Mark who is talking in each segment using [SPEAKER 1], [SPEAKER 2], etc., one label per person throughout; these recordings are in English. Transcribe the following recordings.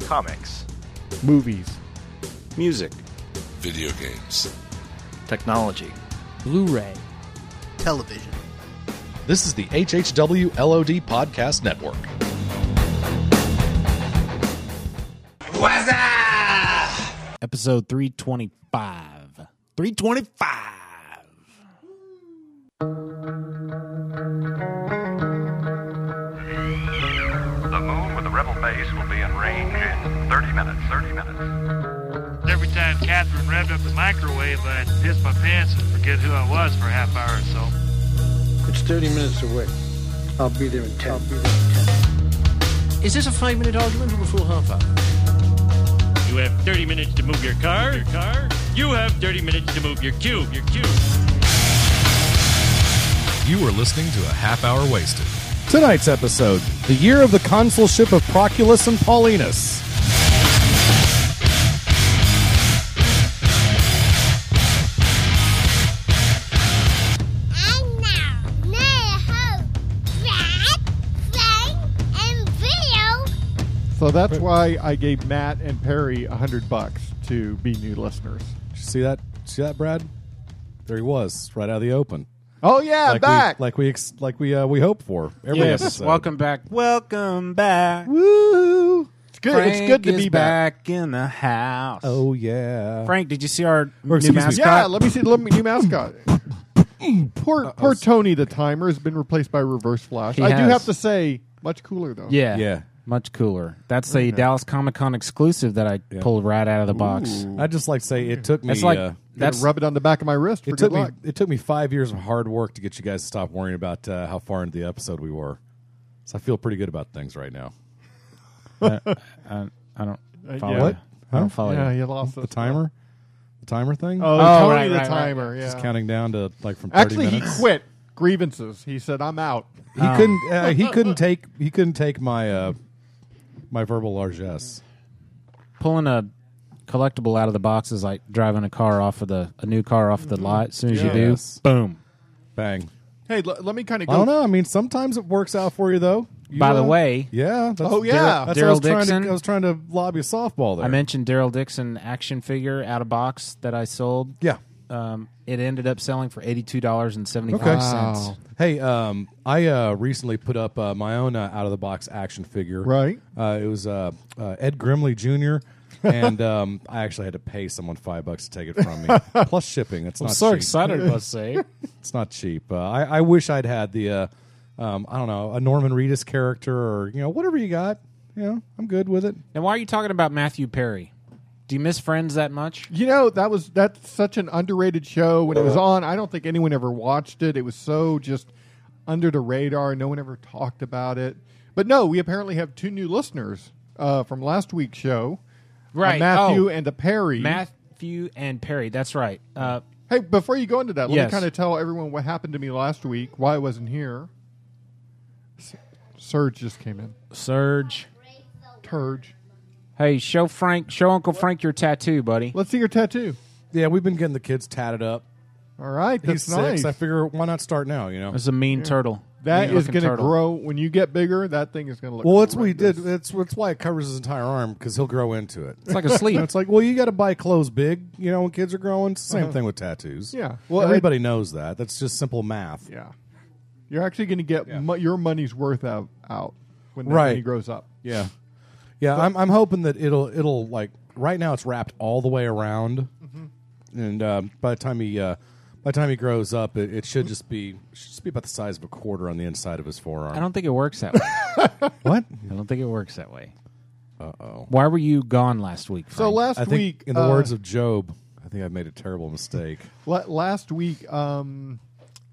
[SPEAKER 1] comics,
[SPEAKER 2] movies,
[SPEAKER 3] music,
[SPEAKER 4] video games,
[SPEAKER 5] technology,
[SPEAKER 6] Blu ray,
[SPEAKER 7] television.
[SPEAKER 8] This is the HHW LOD Podcast Network.
[SPEAKER 3] What's up?
[SPEAKER 6] episode 325. 325.
[SPEAKER 9] The moon with the rebel base will be in range in 30 minutes. 30 minutes. Every time Catherine revved up the microwave, I'd piss my pants and forget who I was for a half hour or so.
[SPEAKER 10] It's 30 minutes away. I'll be there in 10. I'll be there in 10.
[SPEAKER 11] Is this a five minute argument or a full half hour?
[SPEAKER 12] You have 30 minutes to move your car. Your car. You have 30 minutes to move your cube. Your cube.
[SPEAKER 8] You are listening to a half hour wasted.
[SPEAKER 2] Tonight's episode, the year of the consulship of Proculus and Paulinus.
[SPEAKER 13] And now, Mary Hope, Brad, Frank, and Video.
[SPEAKER 2] So that's why I gave Matt and Perry a hundred bucks to be new listeners.
[SPEAKER 8] See that? See that, Brad? There he was, right out of the open.
[SPEAKER 2] Oh yeah,
[SPEAKER 8] like
[SPEAKER 2] back.
[SPEAKER 8] we like we ex- like we uh, we hope for every
[SPEAKER 6] Yes,
[SPEAKER 8] episode.
[SPEAKER 6] welcome back. Welcome back.
[SPEAKER 2] Woo! It's good.
[SPEAKER 6] Frank
[SPEAKER 2] it's good to
[SPEAKER 6] is
[SPEAKER 2] be back.
[SPEAKER 6] in the house.
[SPEAKER 8] Oh yeah,
[SPEAKER 6] Frank, did you see our new
[SPEAKER 8] excuse me.
[SPEAKER 6] mascot?
[SPEAKER 2] Yeah, let me see the new mascot. poor poor Tony the timer has been replaced by Reverse Flash.
[SPEAKER 6] He
[SPEAKER 2] I do
[SPEAKER 6] has.
[SPEAKER 2] have to say, much cooler though.
[SPEAKER 6] yeah.
[SPEAKER 8] Yeah.
[SPEAKER 6] Much cooler. That's a Dallas Comic Con exclusive that I
[SPEAKER 8] Mm-hmm. Yeah.
[SPEAKER 6] pulled right out of the box.
[SPEAKER 2] Ooh.
[SPEAKER 8] I just like to say it took me.
[SPEAKER 6] That's like
[SPEAKER 8] uh,
[SPEAKER 2] That's
[SPEAKER 6] that's
[SPEAKER 2] rub it on the back of my wrist for
[SPEAKER 8] it
[SPEAKER 2] good
[SPEAKER 8] took me.
[SPEAKER 2] luck.
[SPEAKER 8] It took me five years of hard work to get you guys to stop worrying about uh, how far into the episode we were. So I feel pretty good about things right now.
[SPEAKER 6] I, I don't
[SPEAKER 2] Uh,
[SPEAKER 6] follow.
[SPEAKER 2] yeah.
[SPEAKER 6] you.
[SPEAKER 2] What?
[SPEAKER 6] I
[SPEAKER 8] Huh?
[SPEAKER 6] don't follow.
[SPEAKER 2] Oh, Yeah,
[SPEAKER 6] you.
[SPEAKER 2] you lost
[SPEAKER 8] The timer, the timer thing.
[SPEAKER 6] Oh,
[SPEAKER 2] Oh, Tony
[SPEAKER 6] right,
[SPEAKER 2] the
[SPEAKER 6] right, right.
[SPEAKER 2] timer. Yeah.
[SPEAKER 8] just counting down to like from 30
[SPEAKER 2] Actually, he
[SPEAKER 8] minutes.
[SPEAKER 2] quit grievances. He said, "I'm out."
[SPEAKER 8] He
[SPEAKER 6] Um.
[SPEAKER 8] couldn't. Uh, he couldn't take. He couldn't take my uh, my verbal largesse.
[SPEAKER 6] Pulling a collectible out of the box is like driving a car off of the a new car off of the lot. As soon as you do,
[SPEAKER 8] Yes.
[SPEAKER 6] boom.
[SPEAKER 8] Bang.
[SPEAKER 2] Hey, l- let me kind of
[SPEAKER 8] I don't
[SPEAKER 2] go.
[SPEAKER 8] know. I mean, sometimes it works out for you though. You,
[SPEAKER 6] By the
[SPEAKER 8] uh,
[SPEAKER 6] way,
[SPEAKER 8] yeah. That's,
[SPEAKER 2] Oh, yeah.
[SPEAKER 8] That's what I was
[SPEAKER 6] Daryl
[SPEAKER 8] trying
[SPEAKER 6] Dixon.
[SPEAKER 8] to. I was trying to lob you a softball there.
[SPEAKER 6] I mentioned Daryl Dixon action figure out of box that I sold.
[SPEAKER 8] yeah.
[SPEAKER 6] Um, it ended up selling for eighty two dollars and seventy
[SPEAKER 8] Okay.
[SPEAKER 6] five cents.
[SPEAKER 8] Hey, um, I uh, recently put up uh, my own uh, out of the box action figure.
[SPEAKER 2] Right.
[SPEAKER 8] Uh, it was uh, uh, Ed Grimley Jr. and um, I actually had to pay someone five bucks to take it from me, plus shipping. It's not cheap.
[SPEAKER 6] about say.
[SPEAKER 8] It's not cheap. Uh, I, I wish I'd had the, uh, um, I don't know, a Norman Reedus character or you know whatever you got. You know, I'm good with it.
[SPEAKER 6] Now, why are you talking about Matthew Perry? Do you miss Friends that much?
[SPEAKER 2] You know that was that's such an underrated show when it
[SPEAKER 8] Uh-huh.
[SPEAKER 2] was on. I don't think anyone ever watched it. It was so just under the radar. No one ever talked about it. But no, we apparently have two new listeners uh, from last week's show, a
[SPEAKER 6] Right.
[SPEAKER 2] Matthew
[SPEAKER 6] Oh.
[SPEAKER 2] and a Perry.
[SPEAKER 6] Matthew and Perry. That's right. Uh,
[SPEAKER 2] hey, before you go into that, let
[SPEAKER 6] Yes.
[SPEAKER 2] me kind of tell everyone what happened to me last week. Why I wasn't here. S- Serge just came in.
[SPEAKER 6] Serge.
[SPEAKER 2] Turge,
[SPEAKER 6] Hey, show Frank, show Uncle Frank your tattoo, buddy.
[SPEAKER 2] let's see your tattoo.
[SPEAKER 8] Yeah, we've been getting the kids tatted up.
[SPEAKER 2] All right,
[SPEAKER 8] He's
[SPEAKER 2] that's nice.
[SPEAKER 8] six. I figure why not start now? You know.
[SPEAKER 6] It's a mean turtle.
[SPEAKER 2] That
[SPEAKER 6] Mean
[SPEAKER 2] is
[SPEAKER 6] looking
[SPEAKER 2] going to
[SPEAKER 6] turtle.
[SPEAKER 2] grow when you get bigger. That thing is going to look.
[SPEAKER 8] Well, that's what he
[SPEAKER 2] horrendous.
[SPEAKER 8] did. That's that's why it covers his entire arm because he'll grow into it.
[SPEAKER 6] It's like a
[SPEAKER 8] You know,
[SPEAKER 6] sleeve.
[SPEAKER 8] it's like, well, you got to buy clothes big, you know, when kids are growing. It's the Same thing with tattoos.
[SPEAKER 2] Uh-huh. Yeah. Well,
[SPEAKER 8] Well,
[SPEAKER 2] I-
[SPEAKER 8] everybody knows that. That's just simple math.
[SPEAKER 2] Yeah, you're actually going to get mo- your money's worth out out when, that-
[SPEAKER 8] Right.
[SPEAKER 2] when he grows up.
[SPEAKER 8] Yeah. Yeah, I'm I'm hoping that it'll it'll like right now it's wrapped all the way around, and um, by the time he uh, by the time he grows up, it, it should just be should just be about the size of a quarter on the inside of his forearm.
[SPEAKER 6] I don't think it works that way.
[SPEAKER 8] what?
[SPEAKER 6] I don't think it works that way. Uh oh. Why were you gone last week?
[SPEAKER 2] So
[SPEAKER 6] Frank?
[SPEAKER 2] last
[SPEAKER 8] I think
[SPEAKER 2] week,
[SPEAKER 8] in the
[SPEAKER 2] uh,
[SPEAKER 8] words of Job, I think I made a terrible mistake.
[SPEAKER 2] la- last week, um,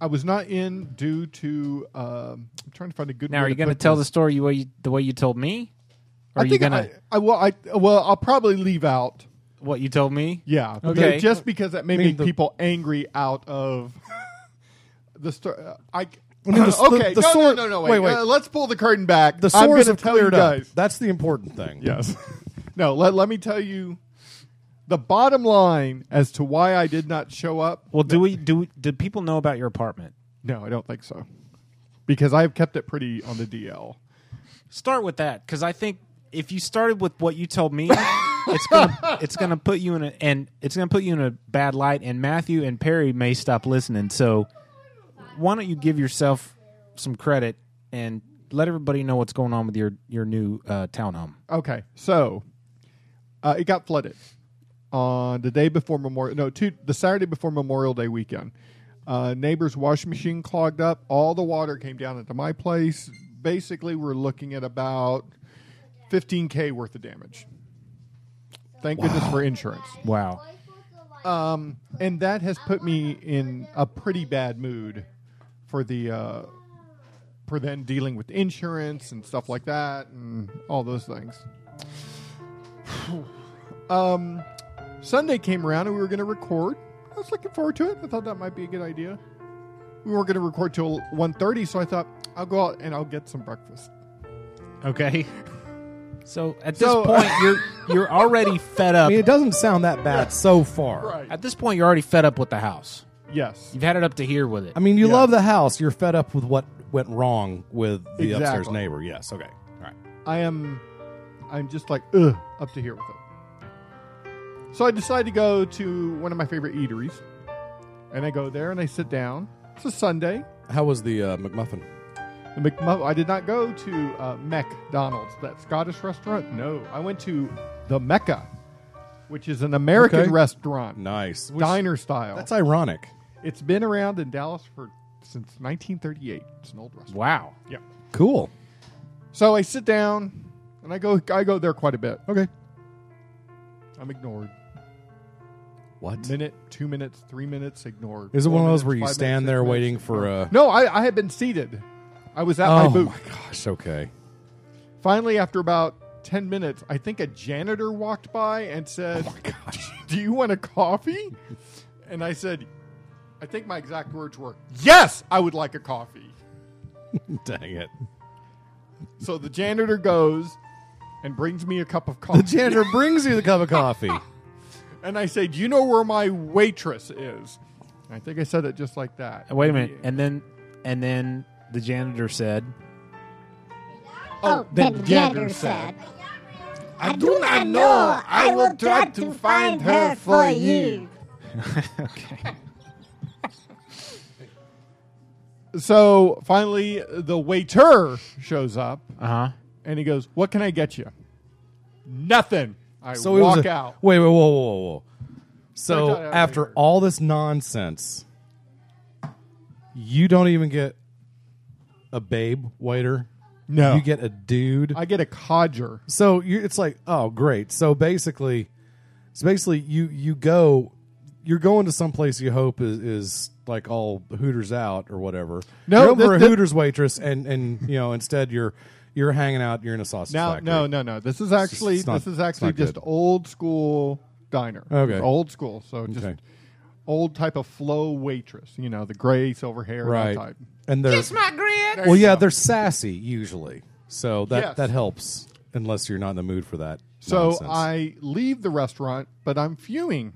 [SPEAKER 2] I was not in due to. Um, I'm trying to find a good.
[SPEAKER 6] now,
[SPEAKER 2] way
[SPEAKER 6] are you
[SPEAKER 2] going to put
[SPEAKER 6] tell the
[SPEAKER 2] this.
[SPEAKER 6] story you, way you- the way you told me? Or are
[SPEAKER 2] I
[SPEAKER 6] you
[SPEAKER 2] think
[SPEAKER 6] gonna
[SPEAKER 2] I, I, well, I well, I'll probably leave out.
[SPEAKER 6] what you told me?
[SPEAKER 2] Yeah, but
[SPEAKER 6] Okay.
[SPEAKER 2] just because that may
[SPEAKER 8] mean,
[SPEAKER 2] make
[SPEAKER 8] the-
[SPEAKER 2] people angry out of the story. I.
[SPEAKER 8] no, the s-
[SPEAKER 2] okay,
[SPEAKER 8] the- the
[SPEAKER 2] no,
[SPEAKER 8] sword-
[SPEAKER 2] no, no, no,
[SPEAKER 8] wait,
[SPEAKER 2] wait.
[SPEAKER 8] wait.
[SPEAKER 2] Uh, let's pull the curtain back.
[SPEAKER 8] The
[SPEAKER 2] I'm
[SPEAKER 8] sores
[SPEAKER 2] gonna
[SPEAKER 8] have
[SPEAKER 2] tell you
[SPEAKER 8] cleared up.
[SPEAKER 2] guys.
[SPEAKER 8] That's the important thing.
[SPEAKER 2] Yes. no, let, let me tell you the bottom line as to why I did not show up.
[SPEAKER 6] Well, do we do? Did people know about your apartment?
[SPEAKER 2] No, I don't think so. Because I have kept it pretty on the DL.
[SPEAKER 6] Start with that because I think if you started with what you told me, it's gonna it's gonna put you in a and it's gonna put you in a bad light. And Matthew and Perry may stop listening. So why don't you give yourself some credit and let everybody know what's going on with your your new uh, townhome?
[SPEAKER 2] Okay, so uh, it got flooded on the day before Memorial. No, two, the Saturday before Memorial Day weekend. Uh, neighbor's washing machine clogged up. All the water came down into my place. Basically, we're looking at about 15k worth of damage. Thank goodness for insurance.
[SPEAKER 6] Wow.
[SPEAKER 2] Um, and that has put me in a pretty bad mood for the uh, for then dealing with insurance and stuff like that and all those things. um, Sunday came around and we were going to record. I was looking forward to it. I thought that might be a good idea. We weren't going to record till 1.30, so I thought I'll go out and I'll get some breakfast.
[SPEAKER 6] Okay. So at
[SPEAKER 2] So-
[SPEAKER 6] this point, you're you're already fed
[SPEAKER 8] uh, I
[SPEAKER 6] up.
[SPEAKER 8] mean, it doesn't sound that bad so far.
[SPEAKER 6] At this point, you're already fed up with the house.
[SPEAKER 2] Yes.
[SPEAKER 6] You've had it up to here with it.
[SPEAKER 8] I mean, you
[SPEAKER 2] Yeah.
[SPEAKER 8] love the house. You're fed up with what went wrong with the upstairs
[SPEAKER 2] Exactly.
[SPEAKER 8] neighbor. Yes. Okay. All right.
[SPEAKER 2] I am I'm just like ugh up to here with it. So I decide to go to one of my favorite eateries. And I go there and I sit down. It's a Sunday.
[SPEAKER 8] How was the uh, McMuffin?
[SPEAKER 2] The McMu- I did not go to uh, McDonald's, that Scottish restaurant. No, I went to the Mecca, which is an American
[SPEAKER 8] Okay.
[SPEAKER 2] restaurant,
[SPEAKER 8] Nice. Which-
[SPEAKER 2] diner style.
[SPEAKER 8] That's ironic.
[SPEAKER 2] it's been around in Dallas for since 1938. It's an old restaurant.
[SPEAKER 6] wow.
[SPEAKER 2] Yeah.
[SPEAKER 8] Cool.
[SPEAKER 2] So I sit down, and I go. I go there quite a bit.
[SPEAKER 8] Okay.
[SPEAKER 2] I'm ignored.
[SPEAKER 8] What?
[SPEAKER 2] Minute, two minutes, three minutes, ignored.
[SPEAKER 8] Is it
[SPEAKER 2] Four
[SPEAKER 8] one of those
[SPEAKER 2] minutes,
[SPEAKER 8] where you
[SPEAKER 2] five
[SPEAKER 8] stand
[SPEAKER 2] minutes,
[SPEAKER 8] there
[SPEAKER 2] six
[SPEAKER 8] waiting
[SPEAKER 2] minutes?
[SPEAKER 8] for a?
[SPEAKER 2] No, I, I had been seated. I was at
[SPEAKER 8] oh
[SPEAKER 2] my booth.
[SPEAKER 8] my gosh. Okay.
[SPEAKER 2] Finally, after about 10 minutes, I think a janitor walked by and
[SPEAKER 8] Oh
[SPEAKER 2] said, Do you want a coffee? And I said, I think my exact words were, Yes, I would like a coffee.
[SPEAKER 8] Dang it.
[SPEAKER 2] So the janitor goes and brings me a cup of
[SPEAKER 8] The
[SPEAKER 2] coffee.
[SPEAKER 8] janitor brings you the cup of coffee.
[SPEAKER 2] and I say, Do you know where my waitress is? And I think I said it just like that.
[SPEAKER 6] Wait a minute. And then and then the janitor said,
[SPEAKER 2] Oh, the janitor said.
[SPEAKER 3] I do not know. I will try to find her for you.
[SPEAKER 2] So finally, the waiter shows up
[SPEAKER 6] "Uh
[SPEAKER 8] Uh-huh.
[SPEAKER 6] huh."
[SPEAKER 2] and he goes, What can I get you? Nothing. I
[SPEAKER 8] it was
[SPEAKER 2] walk
[SPEAKER 8] a-
[SPEAKER 2] out.
[SPEAKER 8] Wait, wait, whoa, whoa, whoa, whoa.
[SPEAKER 2] I
[SPEAKER 8] So
[SPEAKER 2] thought I already
[SPEAKER 8] after
[SPEAKER 2] heard.
[SPEAKER 8] all this nonsense, you don't even get a babe waiter.
[SPEAKER 2] No.
[SPEAKER 8] you get a dude.
[SPEAKER 2] I get a codger.
[SPEAKER 8] so you, it's like, oh, great. So basically, so basically, you you go, you're going to some place you hope is, is like all Hooters out or whatever.
[SPEAKER 2] No,
[SPEAKER 8] you're going
[SPEAKER 2] this-
[SPEAKER 8] for a
[SPEAKER 2] this-
[SPEAKER 8] Hooters waitress, and and you know instead you're you're hanging out. You're in a sausage
[SPEAKER 2] Now,
[SPEAKER 8] factory.
[SPEAKER 2] no, no, no. This is actually
[SPEAKER 8] it's not-
[SPEAKER 2] this is actually
[SPEAKER 8] it's not
[SPEAKER 2] just
[SPEAKER 8] good.
[SPEAKER 2] old school diner.
[SPEAKER 8] Okay.
[SPEAKER 2] It's old school. So just
[SPEAKER 8] Okay.
[SPEAKER 2] old type of flow waitress. You know, the gray silver hair
[SPEAKER 8] right.
[SPEAKER 2] type.
[SPEAKER 8] And they're well, yeah, they're sassy usually, so that
[SPEAKER 2] Yes.
[SPEAKER 8] that helps. Unless you're not in the mood for that.
[SPEAKER 2] So
[SPEAKER 8] nonsense.
[SPEAKER 2] I leave the restaurant, but I'm fuming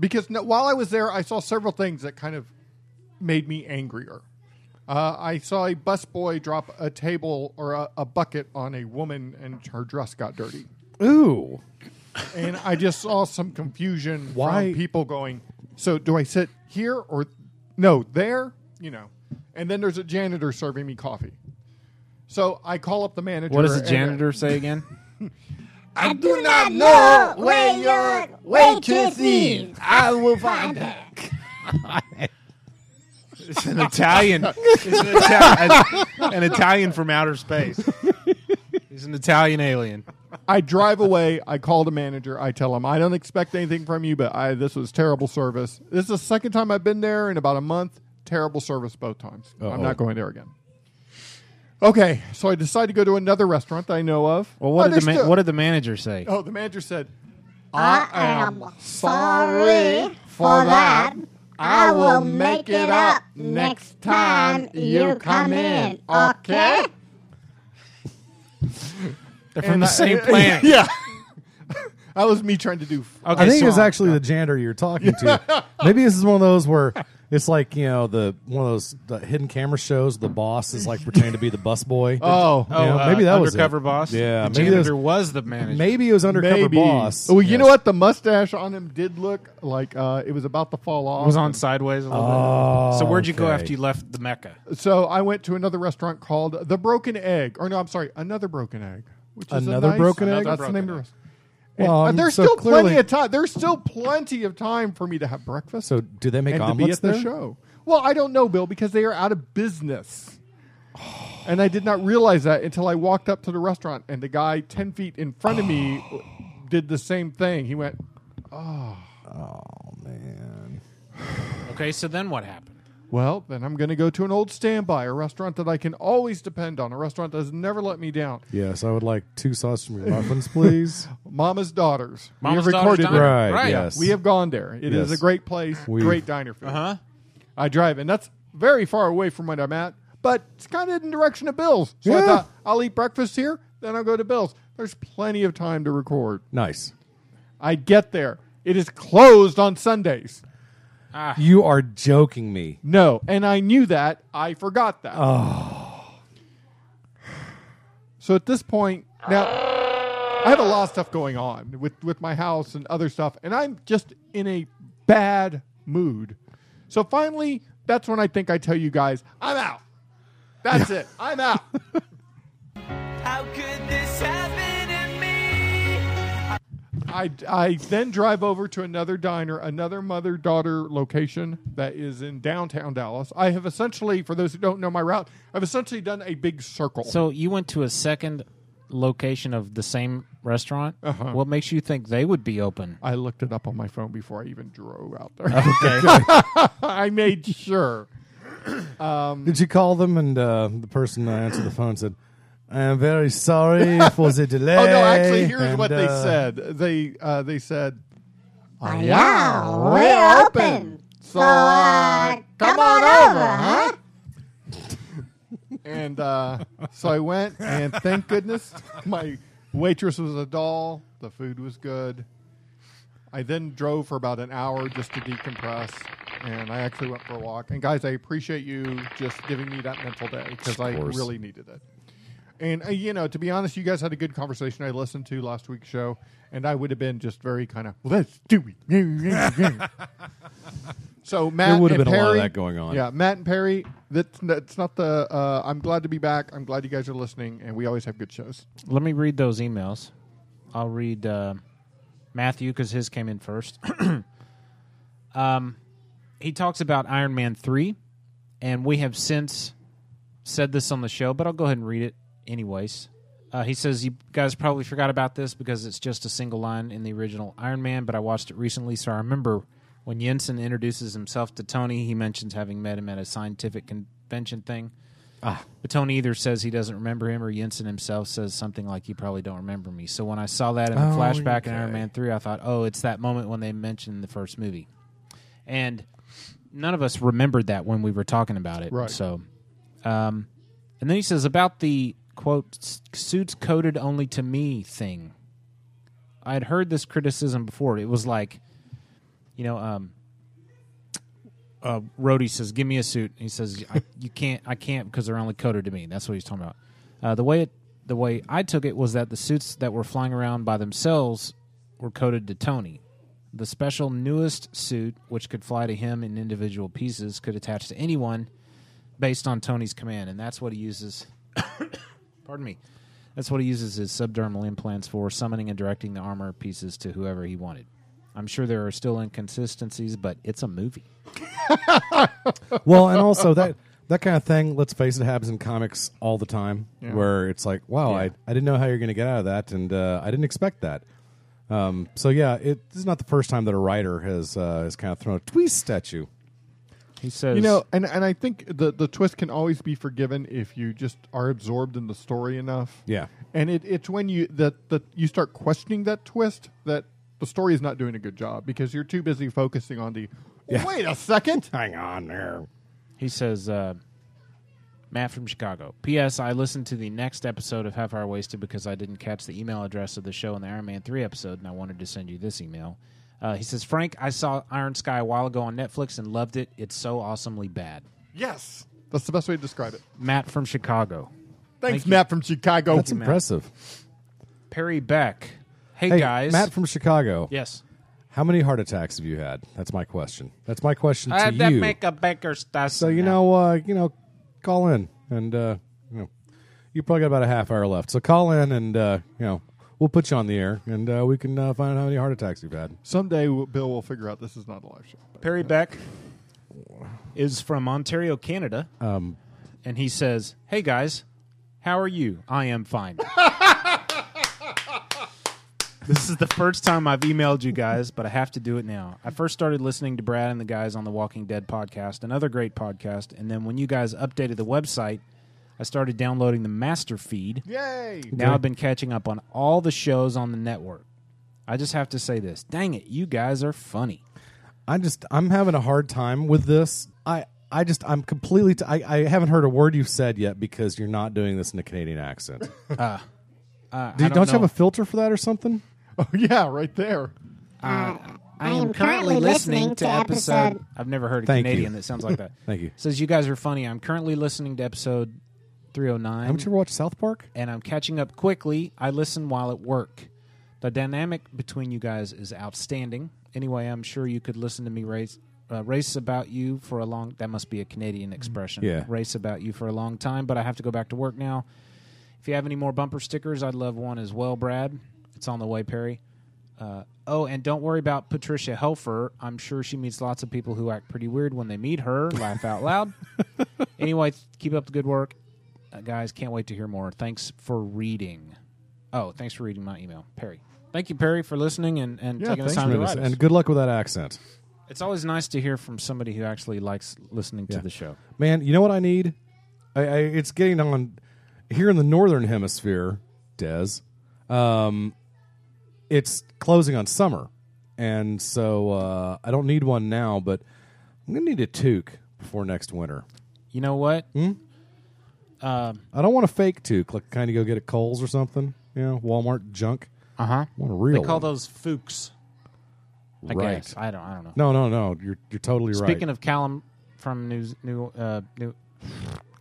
[SPEAKER 2] because no, while I was there, I saw several things that kind of made me angrier. Uh, I saw a busboy drop a table or a, a bucket on a woman, and her dress got dirty.
[SPEAKER 8] ooh
[SPEAKER 2] and I just saw some confusion
[SPEAKER 8] Why-
[SPEAKER 2] from people going, so do I sit here or no, there? You know. And then there's a janitor serving me coffee. So I call up the manager.
[SPEAKER 6] What does
[SPEAKER 2] and- uh,
[SPEAKER 6] the janitor say again?
[SPEAKER 3] I do not know where your waitress is. I will find her.
[SPEAKER 6] It's an Italian. It's an, Italian an Italian from outer space. He's an Italian alien.
[SPEAKER 2] I drive away. I call the manager. I tell him, I don't expect anything from you, but I, this was terrible service. This is the second time I've been there in about a month. Terrible service both times.
[SPEAKER 8] Uh-oh.
[SPEAKER 2] I'm not going there again. Okay, so I decide to go to another restaurant that I know of.
[SPEAKER 6] Well, what
[SPEAKER 2] Oh,
[SPEAKER 6] did the
[SPEAKER 2] there's
[SPEAKER 6] ma-
[SPEAKER 2] still-
[SPEAKER 6] what did the manager say?
[SPEAKER 2] Oh, the manager said,
[SPEAKER 3] I am sorry for that. I will make it up next time you come in, okay?
[SPEAKER 6] They're from
[SPEAKER 2] and
[SPEAKER 6] the
[SPEAKER 2] I-
[SPEAKER 6] same planet.
[SPEAKER 2] Yeah. that was me trying to do.
[SPEAKER 6] Okay,
[SPEAKER 8] I think
[SPEAKER 6] so-
[SPEAKER 8] it's actually the janitor you're talking to. Maybe this is one of those where It's like you know the one of those the hidden camera shows. The boss is like pretending to be the bus boy.
[SPEAKER 2] Oh.
[SPEAKER 8] You know,
[SPEAKER 6] uh,
[SPEAKER 8] maybe that was
[SPEAKER 6] undercover
[SPEAKER 8] it.
[SPEAKER 6] boss.
[SPEAKER 8] Yeah,
[SPEAKER 6] the
[SPEAKER 8] maybe that was-
[SPEAKER 6] janitor was, the manager.
[SPEAKER 8] Maybe it was undercover
[SPEAKER 2] Maybe.
[SPEAKER 8] boss.
[SPEAKER 2] Well, you know
[SPEAKER 8] Yes.
[SPEAKER 2] what? The mustache on him did look like uh, it was about to fall off.
[SPEAKER 6] It was on sideways a little
[SPEAKER 8] Oh,
[SPEAKER 6] bit. So where'd you go
[SPEAKER 8] okay.
[SPEAKER 6] after you left the Mecca?
[SPEAKER 2] So I went to another restaurant called The Broken Egg, or no, I'm sorry, Another Broken Egg, which is a
[SPEAKER 8] Another
[SPEAKER 2] nice-
[SPEAKER 8] Broken
[SPEAKER 6] Egg?
[SPEAKER 2] That's the name of the
[SPEAKER 6] Broken
[SPEAKER 2] restaurant.
[SPEAKER 8] Well,
[SPEAKER 2] Well,
[SPEAKER 8] um,
[SPEAKER 2] uh, there's
[SPEAKER 8] so
[SPEAKER 2] still
[SPEAKER 8] clearly-
[SPEAKER 2] plenty of time. There's still plenty of time for me to have breakfast
[SPEAKER 8] So do they make
[SPEAKER 2] and to be
[SPEAKER 8] omelets
[SPEAKER 2] at the
[SPEAKER 8] there?
[SPEAKER 2] show. Well, I don't know, Bill, because they are out of business. And I did not realize that until I walked up to the restaurant and the guy 10 feet in front of me did the same thing. He went,
[SPEAKER 8] Man.
[SPEAKER 6] Okay, so then what happened?
[SPEAKER 2] Well, then I'm going to go to an old standby, a restaurant that I can always depend on, a restaurant that has never let me down.
[SPEAKER 8] Yes, I would like two sausages from your muffins, please.
[SPEAKER 2] Mama's Daughters.
[SPEAKER 6] Mama's
[SPEAKER 2] we have
[SPEAKER 6] Daughter's
[SPEAKER 2] recorded
[SPEAKER 6] Diner.
[SPEAKER 2] there.
[SPEAKER 8] Right,
[SPEAKER 6] Right.
[SPEAKER 8] yes.
[SPEAKER 2] We have gone there. It is
[SPEAKER 8] Yes.
[SPEAKER 2] a great place,
[SPEAKER 8] We-
[SPEAKER 2] great diner food.
[SPEAKER 6] Uh huh.
[SPEAKER 2] I drive, and that's very far away from what I'm at, but it's kind of in the direction of Bill's. So I
[SPEAKER 8] Yeah.
[SPEAKER 2] thought, I'll eat breakfast here, then I'll go to Bill's. There's plenty of time to record.
[SPEAKER 8] nice.
[SPEAKER 2] I get there. It is closed on Sundays.
[SPEAKER 8] You are joking me.
[SPEAKER 2] No, and I knew that. I forgot that. Oh. So at this point, now I have a lot of stuff going on with with my house and other stuff, and I'm just in a bad mood. So finally, that's when I think I tell you guys, I'm out. That's it. I'm out. I, I then drive over to another diner, another mother daughter location that is in downtown Dallas. I have essentially, for those who don't know my route, I've essentially done a big circle.
[SPEAKER 6] So you went to a second location of the same restaurant. Uh-huh. What makes you think they would be open?
[SPEAKER 2] I looked it up on my phone before I even drove out there. I made sure.
[SPEAKER 8] Did you call them? And uh, the person I answered the phone said, "I am very sorry for the delay."
[SPEAKER 2] Oh no, actually, here's
[SPEAKER 8] and,
[SPEAKER 2] what they
[SPEAKER 8] uh,
[SPEAKER 2] said. They uh, they said,
[SPEAKER 3] Oh, yeah, we're open. So, uh, come on over, huh?
[SPEAKER 2] and uh, so I went, and thank goodness my waitress was a doll. The food was good. I then drove for about an hour just to decompress, and I actually went for a walk. And guys, I appreciate you just giving me that mental day because I
[SPEAKER 8] course.
[SPEAKER 2] really needed it. And uh, you know, to be honest, you guys had a good conversation I listened to last week's show, and I would have been just very kind of let's do it. so Matt
[SPEAKER 8] There would have
[SPEAKER 2] and
[SPEAKER 8] been a lot of
[SPEAKER 2] Perry-
[SPEAKER 8] that going on.
[SPEAKER 2] Yeah, Matt and Perry. That's, that's not the. Uh, I'm glad to be back. I'm glad you guys are listening, and we always have good shows.
[SPEAKER 6] Let me read those emails. I'll read uh, Matthew because his came in first. um, he talks about Iron Man 3, and we have since said this on the show, but I'll go ahead and read it anyways. Uh, he says, You guys probably forgot about this because it's just a single line in the original Iron Man, but I watched it recently, so I remember when Jensen introduces himself to Tony, he mentions having met him at a scientific convention thing. But Tony either says he doesn't remember him or Jensen himself says something like, You probably don't remember me. So when I saw that in the flashback in Iron Man 3, I thought, Oh, it's that moment when they mentioned the first movie. And none of us remembered that when we were talking about it.
[SPEAKER 2] Right.
[SPEAKER 6] So, um, and then he says about the quote, "S- suits coded only to me thing. I had heard this criticism before. It was like, you know, um, uh, Rhodey says, "Give me a suit." He says, I, "You can't, I can't, because they're only coded to me." That's what he's talking about. Uh, the way it, the way I took it was that the suits that were flying around by themselves were coded to Tony. The special newest suit, which could fly to him in individual pieces, could attach to anyone based on Tony's command, and that's what he uses. pardon me. That's what he uses his subdermal implants for, summoning and directing the armor pieces to whoever he wanted. I'm sure there are still inconsistencies, but it's a movie.
[SPEAKER 8] Well, and also that that kind of thing. Let's face it, happens in comics all the time. Where it's like, wow, I, I didn't know how you're going to get out of that, and uh, I didn't expect that. Um, so yeah, it, this is not the first time that a writer has uh, has kind of thrown a twist at you.
[SPEAKER 6] He says,
[SPEAKER 2] You know, and and I think the the twist can always be forgiven if you just are absorbed in the story enough.
[SPEAKER 8] Yeah.
[SPEAKER 2] and it, it's when you that that you start questioning that twist that the story is not doing a good job because you're too busy focusing on the. Wait a second.
[SPEAKER 8] Hang on there.
[SPEAKER 6] He says, uh, Matt from Chicago. P.S. I listened to the next episode of Half Hour Wasted because I didn't catch the email address of the show in the Iron Man 3 episode, and I wanted to send you this email. Uh, he says, Frank, I saw Iron Sky a while ago on Netflix and loved it. It's so awesomely bad.
[SPEAKER 2] Yes. That's the best way to describe it.
[SPEAKER 6] Matt from Chicago.
[SPEAKER 2] Thanks,
[SPEAKER 6] Thank you.
[SPEAKER 2] Matt from Chicago.
[SPEAKER 8] That's
[SPEAKER 6] you, Matt.
[SPEAKER 8] impressive.
[SPEAKER 6] Perry Beck. Hey,
[SPEAKER 8] Hey,
[SPEAKER 6] guys.
[SPEAKER 8] Matt from Chicago.
[SPEAKER 6] Yes.
[SPEAKER 8] How many heart attacks have you had? That's my question. That's my question to
[SPEAKER 6] Uh,
[SPEAKER 8] you.
[SPEAKER 6] that make a baker's dozen.
[SPEAKER 8] so you know, uh, you know, call in and uh, you know, you probably got about a half hour left. So call in and uh, you know, we'll put you on the air and uh, we can uh, find out how many heart attacks you've had.
[SPEAKER 2] Someday w- Bill will figure out this is not a live show.
[SPEAKER 6] Perry Beck is from Ontario, Canada.
[SPEAKER 8] Um,
[SPEAKER 6] and he says, Hey, guys. How are you? I am fine. This is the first time I've emailed you guys, but I have to do it now. I first started listening to Brad and the guys on the Walking Dead podcast, another great podcast, and then when you guys updated the website, I started downloading the master feed.
[SPEAKER 2] Yay!
[SPEAKER 6] Now I've been catching up on all the shows on the network. I just have to say this. Dang it, you guys are funny.
[SPEAKER 8] I just I'm having a hard time with this. I I just I'm completely t- I I haven't heard a word you've said yet because you're not doing this in a Canadian accent.
[SPEAKER 6] Uh,
[SPEAKER 8] Do,
[SPEAKER 6] I
[SPEAKER 8] don't you have
[SPEAKER 6] know.
[SPEAKER 8] a filter for that or something?
[SPEAKER 2] Oh, yeah, right there.
[SPEAKER 6] I am currently listening to episode. I've never heard a
[SPEAKER 8] Thank
[SPEAKER 6] Canadian
[SPEAKER 8] you.
[SPEAKER 6] that sounds like that.
[SPEAKER 8] Thank you.
[SPEAKER 6] Says you guys are funny. I'm currently listening to episode 309.
[SPEAKER 8] Haven't you ever watched South Park?
[SPEAKER 6] and I'm catching up quickly. I listen while at work. The dynamic between you guys is outstanding. Anyway, I'm sure you could listen to me race uh, race about you for a long. That must be a Canadian expression.
[SPEAKER 8] Yeah.
[SPEAKER 6] race about you for a long time. But I have to go back to work now. If you have any more bumper stickers, I'd love one as well, Brad. It's on the way, Perry. Uh, oh, and don't worry about Patricia Helfer. I'm sure she meets lots of people who act pretty weird when they meet her. Laugh out loud. anyway, keep up the good work. Uh, guys, can't wait to hear more. Thanks for reading. Oh, thanks for reading my email, Perry. Thank you, Perry, for listening and, and
[SPEAKER 2] Yeah,
[SPEAKER 6] taking the
[SPEAKER 2] thanks
[SPEAKER 6] time to write us.
[SPEAKER 8] And good luck with that accent.
[SPEAKER 6] It's always nice to hear from somebody who actually likes listening
[SPEAKER 8] Yeah.
[SPEAKER 6] to the show.
[SPEAKER 8] Man, you know what I need? I, I it's getting on here in the northern hemisphere, Des. Um, it's closing on summer, and so uh, I don't need one now, but I'm gonna need a toque before next winter.
[SPEAKER 6] You know what? Um,
[SPEAKER 8] I don't want a fake toque, like kind of go get at Kohl's or something. You know, Walmart junk.
[SPEAKER 6] uh huh.
[SPEAKER 8] I want a
[SPEAKER 6] They
[SPEAKER 8] real.
[SPEAKER 6] call
[SPEAKER 8] one.
[SPEAKER 6] those fooks. I
[SPEAKER 8] Right.
[SPEAKER 6] guess. I don't. I don't know.
[SPEAKER 8] No, no, no. You're you're totally right.
[SPEAKER 6] Speaking of Callum from New New uh, New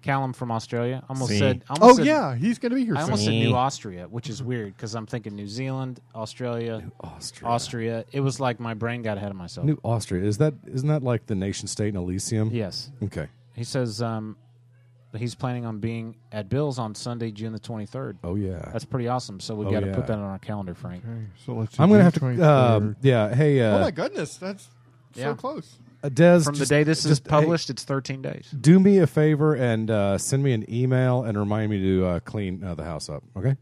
[SPEAKER 6] Callum from Australia, almost
[SPEAKER 1] See?
[SPEAKER 6] said. I
[SPEAKER 2] Oh,
[SPEAKER 6] Almost said,
[SPEAKER 2] yeah, he's going to be here
[SPEAKER 6] I
[SPEAKER 2] soon.
[SPEAKER 6] almost said
[SPEAKER 1] See?
[SPEAKER 6] New Austria, which is weird because I'm thinking New Zealand, Australia,
[SPEAKER 8] Austria.
[SPEAKER 6] Austria. It was like my brain got ahead of myself.
[SPEAKER 8] New Austria is that isn't that like the nation state in Elysium?
[SPEAKER 6] yes,
[SPEAKER 8] Okay.
[SPEAKER 6] he says um, that he's planning on being at Bill's on Sunday, June the 23rd.
[SPEAKER 8] Oh yeah.
[SPEAKER 6] That's pretty awesome. So we
[SPEAKER 8] Oh,
[SPEAKER 6] got to
[SPEAKER 8] yeah.
[SPEAKER 6] put that on our calendar, Frank.
[SPEAKER 2] Okay, so let's
[SPEAKER 8] I'm
[SPEAKER 2] see,
[SPEAKER 8] gonna have to.
[SPEAKER 2] June
[SPEAKER 8] Uh,
[SPEAKER 2] 23rd.
[SPEAKER 8] yeah. Hey,
[SPEAKER 2] oh,
[SPEAKER 8] uh,
[SPEAKER 2] my goodness. That's
[SPEAKER 6] Yeah.
[SPEAKER 2] so close.
[SPEAKER 8] uh, Des.
[SPEAKER 6] From
[SPEAKER 8] just-
[SPEAKER 6] the day this is
[SPEAKER 8] just, hey,
[SPEAKER 6] published, it's 13 days.
[SPEAKER 8] do me a favor and uh, send me an email and remind me to uh, clean uh, the house up. Okay.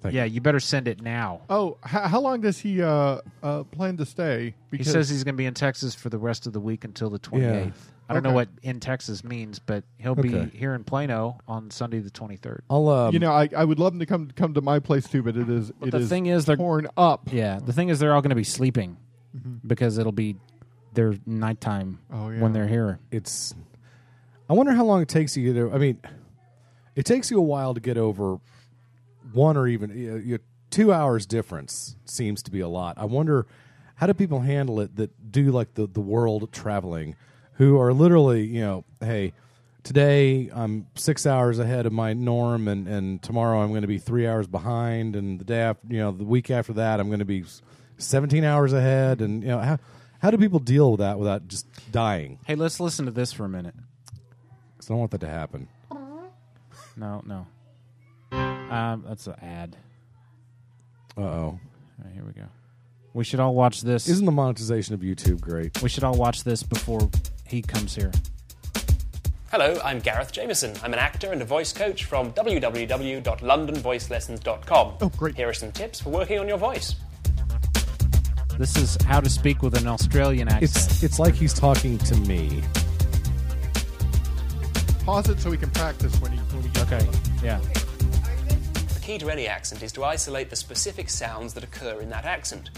[SPEAKER 8] Thank
[SPEAKER 6] Yeah, you better send it now.
[SPEAKER 2] Oh, how, how long does he uh, uh, plan to stay?
[SPEAKER 6] He
[SPEAKER 2] Because
[SPEAKER 6] says he's going to be in Texas for the rest of the week until the 28th. I don't know
[SPEAKER 2] Okay.
[SPEAKER 6] what in Texas means, but he'll
[SPEAKER 8] Okay.
[SPEAKER 6] be here in Plano on Sunday the 23rd.
[SPEAKER 8] I'll. Um,
[SPEAKER 2] you know, I, I would love him to come come to my place too, but it is
[SPEAKER 6] But
[SPEAKER 2] it
[SPEAKER 6] the
[SPEAKER 2] is
[SPEAKER 6] thing is, they're-
[SPEAKER 2] torn up.
[SPEAKER 6] Yeah, the thing is they're all going to be sleeping because it'll be their nighttime
[SPEAKER 2] Oh, yeah.
[SPEAKER 6] when they're here.
[SPEAKER 8] it's. I wonder how long it takes you to. I mean, it takes you a while to get over one or even you know, you- two hours difference seems to be a lot. I wonder how do people handle it that do like the the world traveling, who are literally you know, hey, today I'm six hours ahead of my norm, and and tomorrow I'm going to be three hours behind, and the day after you know the week after that I'm going to be seventeen hours ahead, and you know how how do people deal with that without just dying?
[SPEAKER 6] Hey, let's listen to this for a minute.
[SPEAKER 8] 'Cause I don't want that to happen.
[SPEAKER 6] No, no. Um, that's an ad.
[SPEAKER 8] Uh oh.
[SPEAKER 6] All right, here we go. We should all watch this.
[SPEAKER 8] Isn't the monetization of YouTube great?
[SPEAKER 6] we should all watch this before he comes here.
[SPEAKER 1] Hello, I'm Gareth Jameson. I'm an actor and a voice coach from www.londonvoicelessons.com.
[SPEAKER 2] Oh, great.
[SPEAKER 1] Here are some tips for working on your voice.
[SPEAKER 6] This is how to speak with an Australian accent.
[SPEAKER 8] It's it's like he's talking to me.
[SPEAKER 2] Pause it so we can practice when he when we get
[SPEAKER 6] okay. Yeah.
[SPEAKER 1] The key to any accent is to isolate the specific sounds that occur in that accent.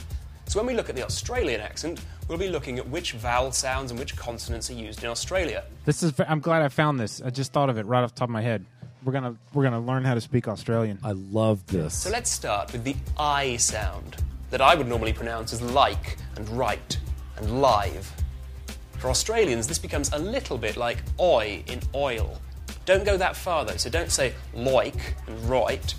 [SPEAKER 1] So when we look at the Australian accent, we'll be looking at which vowel sounds and which consonants are used in Australia.
[SPEAKER 6] This is. I'm glad I found this. I just thought of it right off the top of my head. We're gonna
[SPEAKER 8] Uh,
[SPEAKER 6] we're gonna learn how to speak Australian.
[SPEAKER 8] I love this.
[SPEAKER 1] So let's start with the I sound. that I would normally pronounce as like and right and live. For Australians, this becomes a little bit like oi in oil. Don't go that far though, so don't say like and right.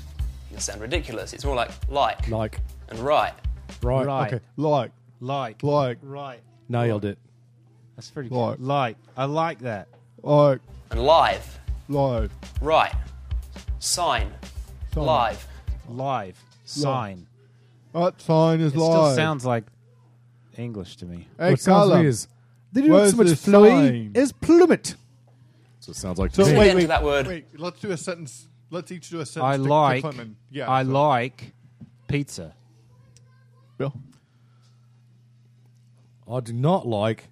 [SPEAKER 1] It'll sound ridiculous. It's more like like
[SPEAKER 8] Like.
[SPEAKER 1] and right.
[SPEAKER 8] Right.
[SPEAKER 6] Right.
[SPEAKER 8] Okay. Like.
[SPEAKER 6] Like.
[SPEAKER 8] Like.
[SPEAKER 6] Right.
[SPEAKER 8] Nailed it.
[SPEAKER 6] That's pretty
[SPEAKER 8] Like.
[SPEAKER 6] good. Like. I like that.
[SPEAKER 2] Like.
[SPEAKER 1] And live,
[SPEAKER 2] Live.
[SPEAKER 1] right. Sign,
[SPEAKER 2] Sign.
[SPEAKER 1] live.
[SPEAKER 6] Live. Sign.
[SPEAKER 2] That sign is
[SPEAKER 6] It
[SPEAKER 2] live.
[SPEAKER 6] still sounds like English to me.
[SPEAKER 2] Hey,
[SPEAKER 8] what it sounds to
[SPEAKER 2] Colin,
[SPEAKER 8] me is they do
[SPEAKER 2] where's
[SPEAKER 8] so much
[SPEAKER 2] the
[SPEAKER 8] flowy
[SPEAKER 2] sign?
[SPEAKER 8] is plummet. So it sounds like to
[SPEAKER 2] So
[SPEAKER 8] me.
[SPEAKER 1] wait,
[SPEAKER 2] wait,
[SPEAKER 1] into
[SPEAKER 2] wait,
[SPEAKER 1] that word.
[SPEAKER 2] wait. Let's do a sentence. Let's each do a sentence.
[SPEAKER 6] I
[SPEAKER 2] to- to
[SPEAKER 6] like.
[SPEAKER 2] Clement. Yeah.
[SPEAKER 6] I
[SPEAKER 2] so-
[SPEAKER 6] like pizza.
[SPEAKER 2] Bill.
[SPEAKER 8] I do not like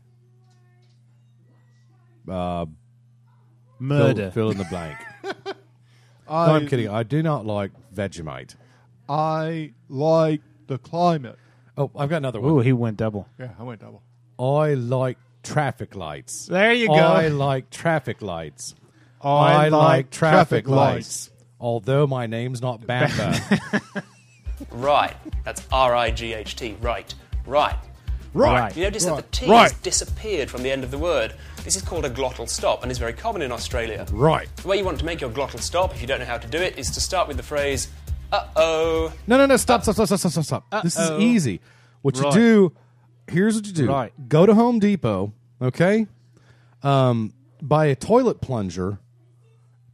[SPEAKER 8] uh, fill-
[SPEAKER 6] Murder.
[SPEAKER 8] Fill in the blank.
[SPEAKER 2] I,
[SPEAKER 8] no, I'm kidding. I do not like Vegemite.
[SPEAKER 2] I like the climate.
[SPEAKER 8] Oh, I've got another one.
[SPEAKER 6] Ooh, he went double.
[SPEAKER 2] Yeah, I went double.
[SPEAKER 8] I like traffic lights.
[SPEAKER 6] There you go.
[SPEAKER 8] I like traffic lights. I, like, traffic, lights. Although my name's not Bamba.
[SPEAKER 1] Right. That's R I G H T. Right. Right.
[SPEAKER 6] Right.
[SPEAKER 1] You notice that
[SPEAKER 2] Right.
[SPEAKER 1] the T has
[SPEAKER 8] Right.
[SPEAKER 1] disappeared from the end of the word. This is called a glottal stop and is very common in Australia.
[SPEAKER 8] right.
[SPEAKER 1] The way you want to make your glottal stop, if you don't know how to do it, is to start with the phrase, uh oh.
[SPEAKER 8] No, no, no. Stop, stop, stop, stop, stop, stop, stop. This is
[SPEAKER 6] Uh-oh.
[SPEAKER 8] easy. What
[SPEAKER 6] Right.
[SPEAKER 8] you do, here's what you do.
[SPEAKER 6] Right.
[SPEAKER 8] Go to Home Depot, okay? Um, buy a toilet plunger,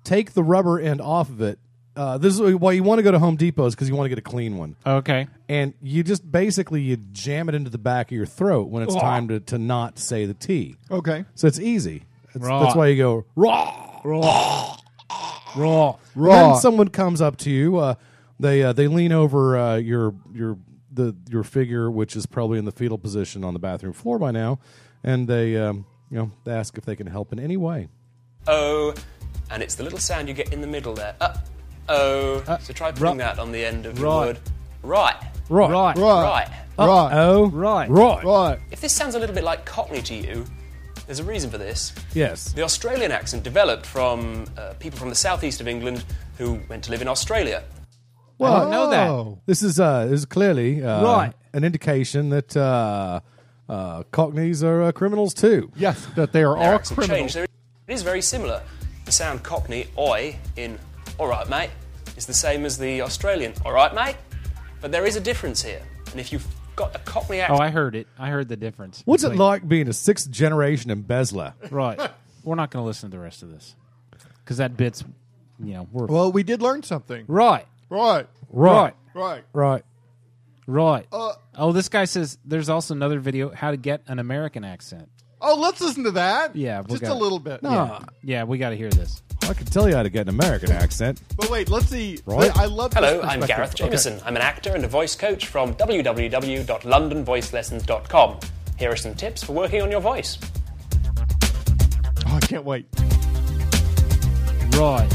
[SPEAKER 8] take the rubber end off of it. Uh, this is why you want to go to Home Depot is because you want to get a clean one.
[SPEAKER 6] Okay.
[SPEAKER 8] and you just basically you jam it into the back of your throat when it's time to, to not say the T.
[SPEAKER 2] Okay.
[SPEAKER 8] So it's easy. That's,
[SPEAKER 6] Raw.
[SPEAKER 8] that's why you go raw.
[SPEAKER 6] Raw.
[SPEAKER 2] Raw.
[SPEAKER 8] Then someone comes up to you. Uh, they uh, they lean over uh, your your the your figure, which is probably in the fetal position on the bathroom floor by now, and they um, you know they ask if they can help in any way.
[SPEAKER 1] oh, and it's the little sound you get in the middle there. Uh oh. so try putting
[SPEAKER 6] ri-
[SPEAKER 1] that on the end of the
[SPEAKER 6] right.
[SPEAKER 1] word. Right.
[SPEAKER 8] Right.
[SPEAKER 6] Right.
[SPEAKER 2] Right.
[SPEAKER 1] Right.
[SPEAKER 2] Right.
[SPEAKER 8] Oh.
[SPEAKER 6] Right.
[SPEAKER 8] Right.
[SPEAKER 2] Right.
[SPEAKER 1] If this sounds a little bit like Cockney to you, there's a reason for this.
[SPEAKER 8] Yes.
[SPEAKER 1] The Australian accent developed from uh, people from the southeast of England who went to live in Australia.
[SPEAKER 6] I didn't know that.
[SPEAKER 2] Oh.
[SPEAKER 8] This is uh, this is clearly uh,
[SPEAKER 6] Right.
[SPEAKER 8] an indication that uh, uh, Cockneys are uh, criminals too.
[SPEAKER 2] Yes, that they are
[SPEAKER 1] Their
[SPEAKER 6] Oh,
[SPEAKER 2] all
[SPEAKER 1] accent
[SPEAKER 2] criminals.
[SPEAKER 1] changed. There- It is very similar. The sound Cockney oi in all right mate is the same as the Australian all right mate, but there is a difference here. And if you've got a Cockney
[SPEAKER 6] Oh,
[SPEAKER 1] accent,
[SPEAKER 6] I heard it. I heard the difference.
[SPEAKER 8] What's it
[SPEAKER 6] between-
[SPEAKER 8] like being a sixth generation embezzler?
[SPEAKER 6] Right. We're not going to listen to the rest of this because that bit's, you know, we're
[SPEAKER 2] Well, we did learn something.
[SPEAKER 6] right,
[SPEAKER 2] Right.
[SPEAKER 6] right,
[SPEAKER 2] Right.
[SPEAKER 8] Right.
[SPEAKER 6] right. oh, this guy says there's also another video how to get an American accent.
[SPEAKER 2] Oh, let's listen to that.
[SPEAKER 6] Yeah, we
[SPEAKER 2] just
[SPEAKER 6] got
[SPEAKER 2] a
[SPEAKER 6] it.
[SPEAKER 2] little bit.
[SPEAKER 8] Ah,
[SPEAKER 6] Yeah, we got to hear this.
[SPEAKER 8] I can tell you how to get an American accent.
[SPEAKER 2] But wait, let's see.
[SPEAKER 8] Right.
[SPEAKER 2] I love.
[SPEAKER 1] Hello,
[SPEAKER 2] this
[SPEAKER 1] I'm
[SPEAKER 2] perspective.
[SPEAKER 1] Gareth Jameson. I'm an actor and a voice coach from www.londonvoicelessons.com. Here are some tips for working on your voice.
[SPEAKER 2] Okay. Oh, I can't wait.
[SPEAKER 6] Right.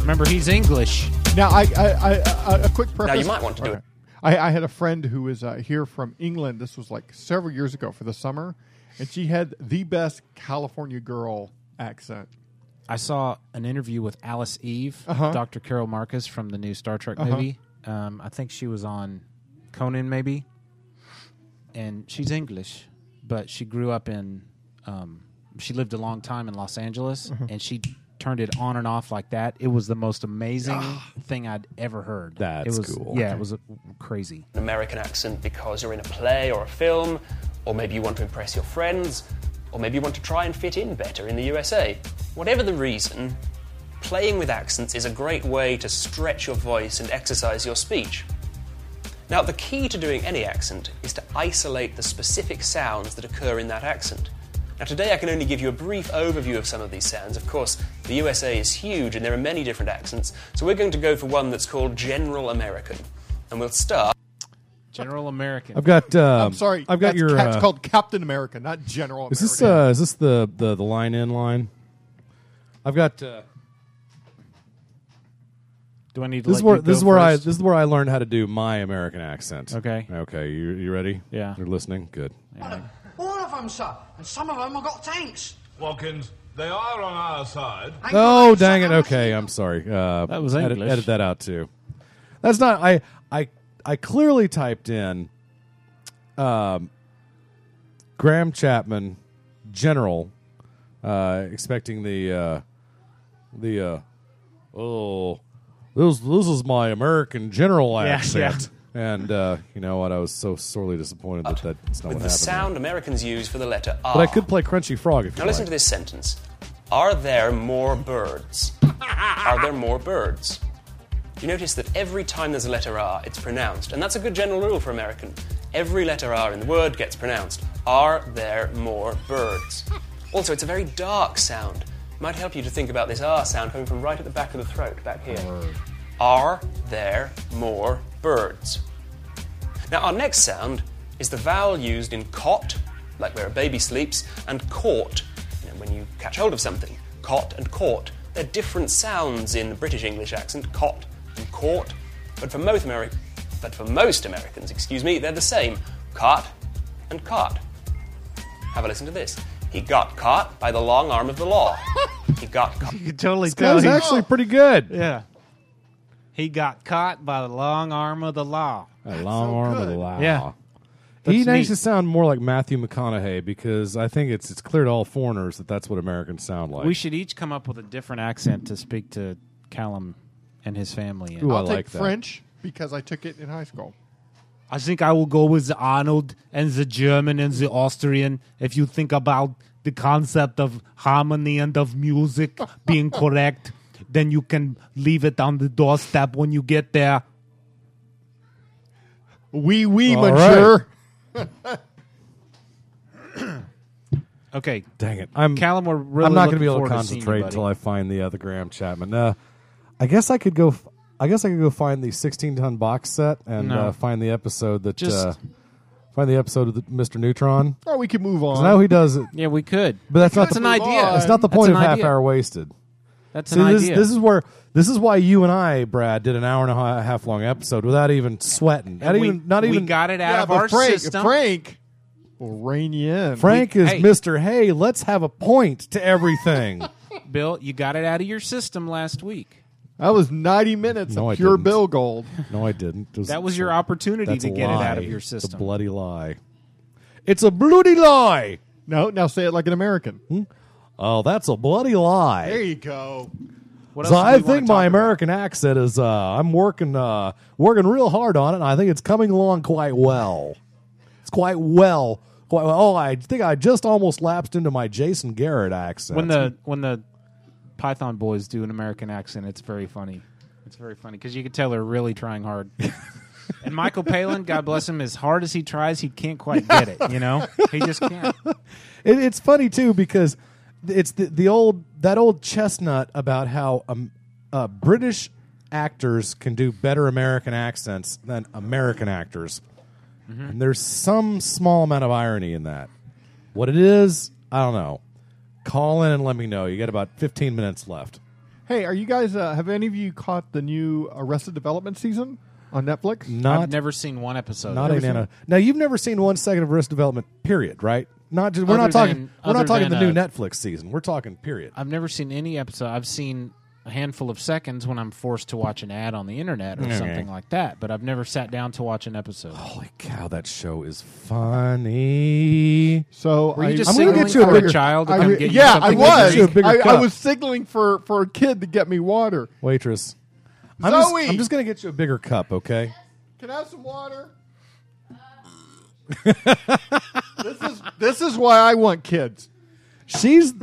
[SPEAKER 6] Remember, he's English.
[SPEAKER 2] Now, I, I, I, I a quick preface.
[SPEAKER 1] Now, you might want to do it.
[SPEAKER 2] I, I had a friend who was uh, here from England. This was like several years ago for the summer, and she had the best California girl accent.
[SPEAKER 6] I saw an interview with Alice Eve,
[SPEAKER 8] Uh-huh.
[SPEAKER 6] Dr. Carol Marcus from the new Star Trek movie. Um, I think she was on Conan, maybe. And she's English, but she grew up in, um, she lived a long time in Los Angeles,
[SPEAKER 8] Uh-huh.
[SPEAKER 6] and she turned it on and off like that. It was the most amazing
[SPEAKER 8] Ah.
[SPEAKER 6] thing I'd ever heard.
[SPEAKER 8] That's
[SPEAKER 6] it was,
[SPEAKER 8] cool.
[SPEAKER 6] Yeah, it was uh, crazy.
[SPEAKER 1] An American accent because you're in a play or a film, or maybe you want to impress your friends, or maybe you want to try and fit in better in the USA. Whatever the reason, playing with accents is a great way to stretch your voice and exercise your speech. Now, the key to doing any accent is to isolate the specific sounds that occur in that accent. Now, today I can only give you a brief overview of some of these sounds. Of course, the USA is huge and there are many different accents, so we're going to go for one that's called General American. And we'll start
[SPEAKER 6] General American.
[SPEAKER 8] I've got. Um,
[SPEAKER 2] I'm sorry.
[SPEAKER 8] I've got
[SPEAKER 2] that's
[SPEAKER 8] your.
[SPEAKER 2] ca- It's
[SPEAKER 8] uh,
[SPEAKER 2] called Captain America, not General.
[SPEAKER 8] is this
[SPEAKER 2] America.
[SPEAKER 8] uh, is this the, the the line in line? I've got. Uh,
[SPEAKER 6] Do I need to
[SPEAKER 8] this is
[SPEAKER 6] let
[SPEAKER 8] where
[SPEAKER 6] you
[SPEAKER 8] this
[SPEAKER 6] go
[SPEAKER 8] is where I
[SPEAKER 6] first?
[SPEAKER 8] this is where I learned how to do my American accent.
[SPEAKER 6] Okay.
[SPEAKER 8] Okay. You you ready?
[SPEAKER 6] Yeah.
[SPEAKER 8] You're listening. Good.
[SPEAKER 5] All of them, sir. And some of them have got tanks.
[SPEAKER 4] Watkins, they are on our side.
[SPEAKER 5] Ain't
[SPEAKER 8] Oh
[SPEAKER 5] got tanks,
[SPEAKER 8] dang
[SPEAKER 5] sir.
[SPEAKER 8] it!
[SPEAKER 5] How much
[SPEAKER 8] Okay,
[SPEAKER 5] you
[SPEAKER 8] I'm sorry. Uh,
[SPEAKER 6] That was
[SPEAKER 8] edit,
[SPEAKER 6] English.
[SPEAKER 8] edit that out too. That's not. I I I clearly typed in um, Graham Chapman, general, uh, expecting the uh, the uh, oh this this is my American general
[SPEAKER 1] Yeah,
[SPEAKER 8] accent. And uh, you know what? I was so sorely disappointed that that's not
[SPEAKER 1] with
[SPEAKER 8] what
[SPEAKER 1] the
[SPEAKER 8] happened.
[SPEAKER 1] sound Americans use for the letter R.
[SPEAKER 8] But I could play Crunchy Frog if you
[SPEAKER 1] Now listen
[SPEAKER 8] like.
[SPEAKER 1] to this sentence. Are there more birds? Are there more birds? You notice that every time there's a letter R, it's pronounced, and that's a good general rule for American. Every letter R in the word gets pronounced. Are there more birds? Also, it's a very dark sound. Might help you to think about this R sound coming from right at the back of the throat, back here. Are there more birds? Now, our next sound is the vowel used in cot, like where a baby sleeps, and caught, you know, when you catch hold of something. Cot and caught. They're different sounds in the British English accent, cot and caught. But for most, Ameri- but for most Americans, excuse me, they're the same, caught and caught. Have a listen to this. He got caught by the long arm of the law. He got caught.
[SPEAKER 6] You can totally
[SPEAKER 1] guy's
[SPEAKER 6] tell. he's-
[SPEAKER 1] actually
[SPEAKER 8] pretty good.
[SPEAKER 6] Yeah. He got caught by the long arm of the law.
[SPEAKER 8] A long arm of the law.
[SPEAKER 6] Yeah.
[SPEAKER 8] He
[SPEAKER 6] That's
[SPEAKER 8] needs
[SPEAKER 6] neat.
[SPEAKER 8] to sound more like Matthew McConaughey because I think it's it's clear to all foreigners that that's what Americans sound like.
[SPEAKER 6] we should each come up with a different accent to speak to Callum and his family.
[SPEAKER 8] Ooh, uh, I
[SPEAKER 2] I'll
[SPEAKER 8] like
[SPEAKER 2] take
[SPEAKER 8] that.
[SPEAKER 2] French because I took it in high school.
[SPEAKER 6] I think I will go with the Arnold and the German and the Austrian if you think about the concept of harmony and of music being correct. Then you can leave it on the doorstep when you get there.
[SPEAKER 2] Wee wee,
[SPEAKER 6] All
[SPEAKER 2] monsieur.
[SPEAKER 6] Okay.
[SPEAKER 8] Dang it. I'm
[SPEAKER 6] Callum, we're really
[SPEAKER 8] I'm not
[SPEAKER 6] looking
[SPEAKER 8] gonna be able to
[SPEAKER 6] forward to seeing you,
[SPEAKER 8] concentrate
[SPEAKER 6] buddy.
[SPEAKER 8] until I find the other Graham Chapman. Uh, I guess I could go. f- I guess I could go find the 16 ton box set and
[SPEAKER 2] No.
[SPEAKER 8] uh, find the episode that
[SPEAKER 2] Just-
[SPEAKER 8] uh, find the episode of the Mr. Neutron.
[SPEAKER 2] Oh, we can move on.
[SPEAKER 8] Because now he does it.
[SPEAKER 6] Yeah, we could.
[SPEAKER 8] But that's not
[SPEAKER 2] That's
[SPEAKER 8] the,
[SPEAKER 2] an idea.
[SPEAKER 8] That's not the
[SPEAKER 2] That's
[SPEAKER 8] point
[SPEAKER 2] an
[SPEAKER 8] of half
[SPEAKER 2] idea.
[SPEAKER 8] hour wasted.
[SPEAKER 6] That's
[SPEAKER 8] See,
[SPEAKER 6] an
[SPEAKER 8] this,
[SPEAKER 6] idea.
[SPEAKER 8] This is where this is why you and I, Brad, did an hour and a ha- half long episode without even sweating. Not
[SPEAKER 6] And we-
[SPEAKER 8] even not
[SPEAKER 6] we
[SPEAKER 8] even
[SPEAKER 6] got it out
[SPEAKER 2] Yeah,
[SPEAKER 6] of
[SPEAKER 2] but
[SPEAKER 6] our
[SPEAKER 2] Frank,
[SPEAKER 6] system.
[SPEAKER 2] Frank will rein you in.
[SPEAKER 8] Frank
[SPEAKER 6] We-
[SPEAKER 8] is
[SPEAKER 6] hey.
[SPEAKER 8] Mr. Hey, let's have a point to everything.
[SPEAKER 6] Bill, you got it out of your system last week.
[SPEAKER 2] That was 90 minutes
[SPEAKER 8] No, I
[SPEAKER 2] of pure
[SPEAKER 8] didn't.
[SPEAKER 2] Bill Gold.
[SPEAKER 8] no, I didn't. It
[SPEAKER 6] That was your opportunity
[SPEAKER 8] that's
[SPEAKER 6] to
[SPEAKER 8] a
[SPEAKER 6] get it out
[SPEAKER 8] lie.
[SPEAKER 6] of your
[SPEAKER 8] It's
[SPEAKER 6] system.
[SPEAKER 8] a bloody lie. It's a bloody lie.
[SPEAKER 2] No, now say it like an American.
[SPEAKER 8] Oh, that's a bloody lie.
[SPEAKER 2] There you go.
[SPEAKER 6] What
[SPEAKER 8] so
[SPEAKER 6] else do
[SPEAKER 8] I
[SPEAKER 6] we wanna
[SPEAKER 8] think
[SPEAKER 6] talk
[SPEAKER 8] my American accent is uh, I'm working uh, working real hard on it. And I think it's coming along quite well. It's quite well. Quite well. Oh, I think I just almost lapsed into my Jason Garrett accent.
[SPEAKER 6] when the when the Python boys do an American accent, it's very funny. It's very funny because you can tell they're really trying hard. and Michael Palin, God bless him, as hard as he tries, he can't quite get it. You know, he just can't.
[SPEAKER 8] It, it's funny too because it's the, the old that old chestnut about how um, uh, British actors can do better American accents than American actors,
[SPEAKER 6] Mm-hmm.
[SPEAKER 8] and there's some small amount of irony in that. What it is, I don't know. Call in and let me know. You got about 15 minutes left.
[SPEAKER 2] Hey, are you guys, uh, have any of you caught the new Arrested Development season on Netflix?
[SPEAKER 8] Not
[SPEAKER 6] I've never seen one episode.
[SPEAKER 8] not
[SPEAKER 6] Never
[SPEAKER 8] a
[SPEAKER 6] seen-
[SPEAKER 8] nano. Now you've never seen one second of Risk Development. Period. Right? Not just, we're
[SPEAKER 6] Other
[SPEAKER 8] not talking.
[SPEAKER 6] than-
[SPEAKER 8] we're not
[SPEAKER 6] other
[SPEAKER 8] talking the
[SPEAKER 6] than,
[SPEAKER 8] new
[SPEAKER 6] uh,
[SPEAKER 8] Netflix season. We're talking period.
[SPEAKER 6] I've never seen any episode. I've seen a handful of seconds when I'm forced to watch an ad on the internet or
[SPEAKER 8] Okay.
[SPEAKER 6] something like that. But I've never sat down to watch an episode. Holy
[SPEAKER 8] Cow, that show is funny.
[SPEAKER 2] So
[SPEAKER 6] Were you
[SPEAKER 2] I-
[SPEAKER 6] just
[SPEAKER 2] I'm gonna
[SPEAKER 6] signaling
[SPEAKER 2] get you a
[SPEAKER 6] for
[SPEAKER 2] bigger-
[SPEAKER 6] a child to
[SPEAKER 2] I
[SPEAKER 6] come
[SPEAKER 2] re-
[SPEAKER 6] get you
[SPEAKER 2] yeah, I
[SPEAKER 6] something to
[SPEAKER 2] was.
[SPEAKER 6] drink?
[SPEAKER 8] bigger
[SPEAKER 2] I, I
[SPEAKER 8] cup.
[SPEAKER 2] was signaling for, for a kid to get me water.
[SPEAKER 8] Waitress. I'm just,
[SPEAKER 2] Zoe!
[SPEAKER 8] I'm just gonna get you a bigger cup, okay?
[SPEAKER 2] Can I have some water?
[SPEAKER 6] Uh.
[SPEAKER 2] this is this is why I want kids.
[SPEAKER 8] She's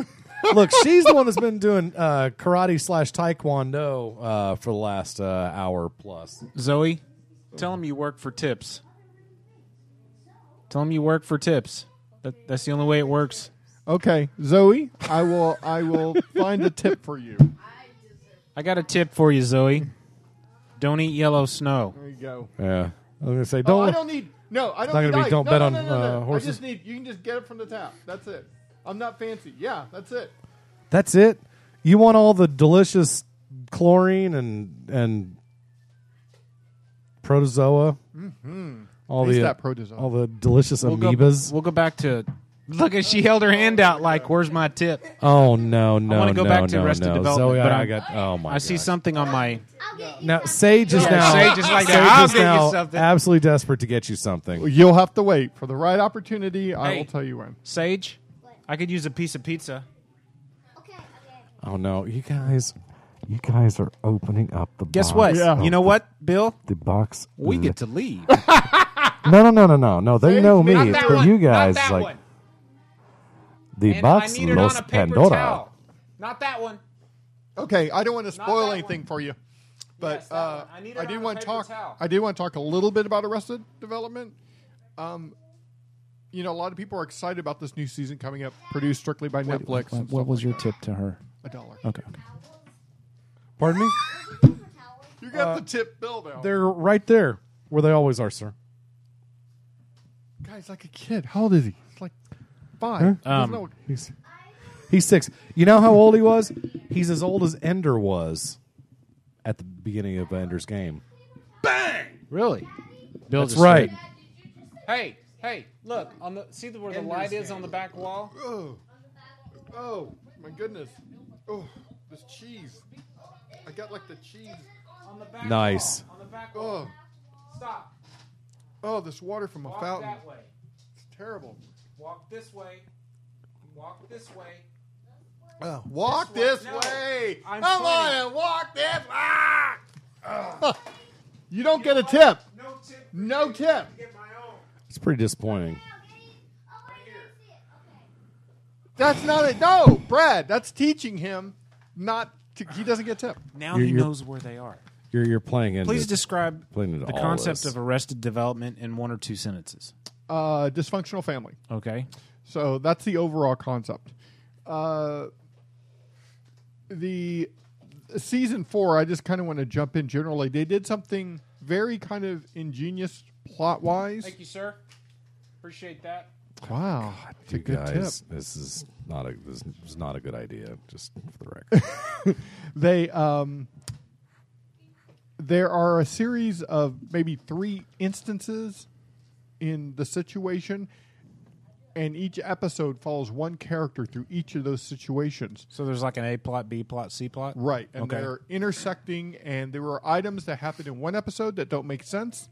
[SPEAKER 8] look, she's the one that's been doing uh, karate slash taekwondo uh, for the last uh, hour plus.
[SPEAKER 6] Zoe, tell him you work for tips. Tell him you work for tips. That, that's the only way it works.
[SPEAKER 2] Okay, Zoe, I will I will find a tip for you.
[SPEAKER 6] I got a tip for you, Zoe. Don't eat yellow snow.
[SPEAKER 2] There you go.
[SPEAKER 8] Yeah, I was gonna say
[SPEAKER 2] Oh,
[SPEAKER 8] don't.
[SPEAKER 2] I don't need no. I
[SPEAKER 8] It's
[SPEAKER 2] don't
[SPEAKER 8] not gonna
[SPEAKER 2] need
[SPEAKER 8] be
[SPEAKER 2] ice.
[SPEAKER 8] don't
[SPEAKER 2] no,
[SPEAKER 8] bet
[SPEAKER 2] no,
[SPEAKER 8] on,
[SPEAKER 2] no, no, no.
[SPEAKER 8] uh,
[SPEAKER 2] I
[SPEAKER 8] horses.
[SPEAKER 2] just need you can just get it from the tap. That's it. I'm not fancy. Yeah, that's it.
[SPEAKER 8] That's it. You want all the delicious chlorine and and protozoa.
[SPEAKER 2] Mm-hmm.
[SPEAKER 8] All
[SPEAKER 2] Taste
[SPEAKER 8] the
[SPEAKER 6] Mm-hmm.
[SPEAKER 2] that protozoa.
[SPEAKER 8] Oh, all the delicious
[SPEAKER 6] We'll go-
[SPEAKER 8] amoebas.
[SPEAKER 6] We'll go back to Look, and she held her hand out like, "Where's my tip?"
[SPEAKER 8] Oh no, no,
[SPEAKER 6] I want to go
[SPEAKER 8] no,
[SPEAKER 6] back to
[SPEAKER 8] no,
[SPEAKER 6] Arrested
[SPEAKER 8] no.
[SPEAKER 6] Development,
[SPEAKER 8] Zoe,
[SPEAKER 6] but
[SPEAKER 8] I,
[SPEAKER 6] I'm-
[SPEAKER 8] got. Oh my!
[SPEAKER 6] I see something on my.
[SPEAKER 8] Now Sage is
[SPEAKER 6] Yeah,
[SPEAKER 8] now.
[SPEAKER 6] Sage is like,
[SPEAKER 8] Sage
[SPEAKER 6] "I'll
[SPEAKER 8] is
[SPEAKER 6] get you
[SPEAKER 8] now
[SPEAKER 6] something."
[SPEAKER 8] Absolutely desperate to get you something.
[SPEAKER 2] You'll have to wait for the right opportunity. I
[SPEAKER 6] Hey.
[SPEAKER 2] will tell you when.
[SPEAKER 6] Sage, I could use a piece of pizza.
[SPEAKER 8] Oh no, you guys, you guys are opening up the.
[SPEAKER 6] Guess
[SPEAKER 8] box
[SPEAKER 6] what?
[SPEAKER 8] of
[SPEAKER 6] You know what, Bill?
[SPEAKER 8] The box.
[SPEAKER 6] We get to leave.
[SPEAKER 8] No, no, no, no, no, no. They
[SPEAKER 6] See?
[SPEAKER 8] know me.
[SPEAKER 6] Not
[SPEAKER 8] It's
[SPEAKER 6] that
[SPEAKER 8] for
[SPEAKER 6] one.
[SPEAKER 8] you
[SPEAKER 6] Not
[SPEAKER 8] guys.
[SPEAKER 6] that
[SPEAKER 8] like
[SPEAKER 6] one.
[SPEAKER 8] the
[SPEAKER 6] And I
[SPEAKER 8] box
[SPEAKER 6] need it on
[SPEAKER 8] Los
[SPEAKER 6] a paper
[SPEAKER 8] Pandora.
[SPEAKER 6] towel. Not that one.
[SPEAKER 2] Okay, I don't want to spoil anything for you, but uh, I,
[SPEAKER 6] need it
[SPEAKER 2] do
[SPEAKER 6] on a
[SPEAKER 2] want to
[SPEAKER 6] paper
[SPEAKER 2] talk.
[SPEAKER 6] towel.
[SPEAKER 2] I do want to talk a little bit about Arrested Development. Um, you know, a lot of people are excited about this new season coming up, produced strictly by Netflix.
[SPEAKER 6] What, was your tip to her?
[SPEAKER 2] A dollar.
[SPEAKER 6] Okay.
[SPEAKER 8] Pardon me.
[SPEAKER 2] You got the tip bill now,
[SPEAKER 8] They're right Uh, there where they always are, sir.
[SPEAKER 2] guys. Like a kid. How old is he? It's like five.
[SPEAKER 8] Huh?
[SPEAKER 2] He doesn't
[SPEAKER 8] Um,
[SPEAKER 2] know-
[SPEAKER 8] He's, he's six. You know how old he was? He's as old as Ender was at the beginning of Ender's game.
[SPEAKER 6] Really?
[SPEAKER 8] That's right.
[SPEAKER 6] Hey, hey, look on the see the, where the
[SPEAKER 2] Ender's
[SPEAKER 6] light is
[SPEAKER 2] Game.
[SPEAKER 6] on the back wall.
[SPEAKER 2] Oh, oh my goodness! Oh, this cheese. I got like the cheese.
[SPEAKER 6] On the back
[SPEAKER 8] Nice.
[SPEAKER 6] wall, on the back wall.
[SPEAKER 2] Oh,
[SPEAKER 6] Stop.
[SPEAKER 2] oh, this water from a
[SPEAKER 6] Walk
[SPEAKER 2] fountain.
[SPEAKER 6] that way.
[SPEAKER 2] It's terrible.
[SPEAKER 6] Walk this way. Walk this way.
[SPEAKER 2] Uh, walk
[SPEAKER 6] This
[SPEAKER 2] this,
[SPEAKER 6] way. No.
[SPEAKER 2] way.
[SPEAKER 6] I'm Ah!
[SPEAKER 2] Come on
[SPEAKER 6] sorry.
[SPEAKER 2] and walk this way. you don't get a tip.
[SPEAKER 6] No tip.
[SPEAKER 2] No tip.
[SPEAKER 6] Get my own.
[SPEAKER 8] It's pretty disappointing.
[SPEAKER 2] That's not it. No, Brad, that's teaching him not to. He doesn't get tip.
[SPEAKER 6] Now
[SPEAKER 8] You're-
[SPEAKER 6] he
[SPEAKER 8] you're-
[SPEAKER 6] knows where they are.
[SPEAKER 8] You're you're playing Ender.
[SPEAKER 6] Please describe
[SPEAKER 8] Playing into
[SPEAKER 6] the
[SPEAKER 8] all
[SPEAKER 6] concept
[SPEAKER 8] this.
[SPEAKER 6] of arrested development in one or two sentences.
[SPEAKER 2] Uh, dysfunctional family.
[SPEAKER 6] Okay.
[SPEAKER 2] So that's the overall concept. Uh, the season four, I just kind of want to jump in generally. They did something very kind of ingenious plot wise.
[SPEAKER 6] Thank you, sir. Appreciate that.
[SPEAKER 2] Wow, it's a
[SPEAKER 8] you
[SPEAKER 2] good tip.
[SPEAKER 8] guys, this is not a this is not a good idea. Just for the record.
[SPEAKER 2] they um there are a series of maybe three instances in the situation and each episode follows one character through each of those situations
[SPEAKER 6] So there's like an A plot, B plot, C plot.
[SPEAKER 2] right and
[SPEAKER 6] Okay.
[SPEAKER 2] they're intersecting and there were items that happened in one episode that don't make sense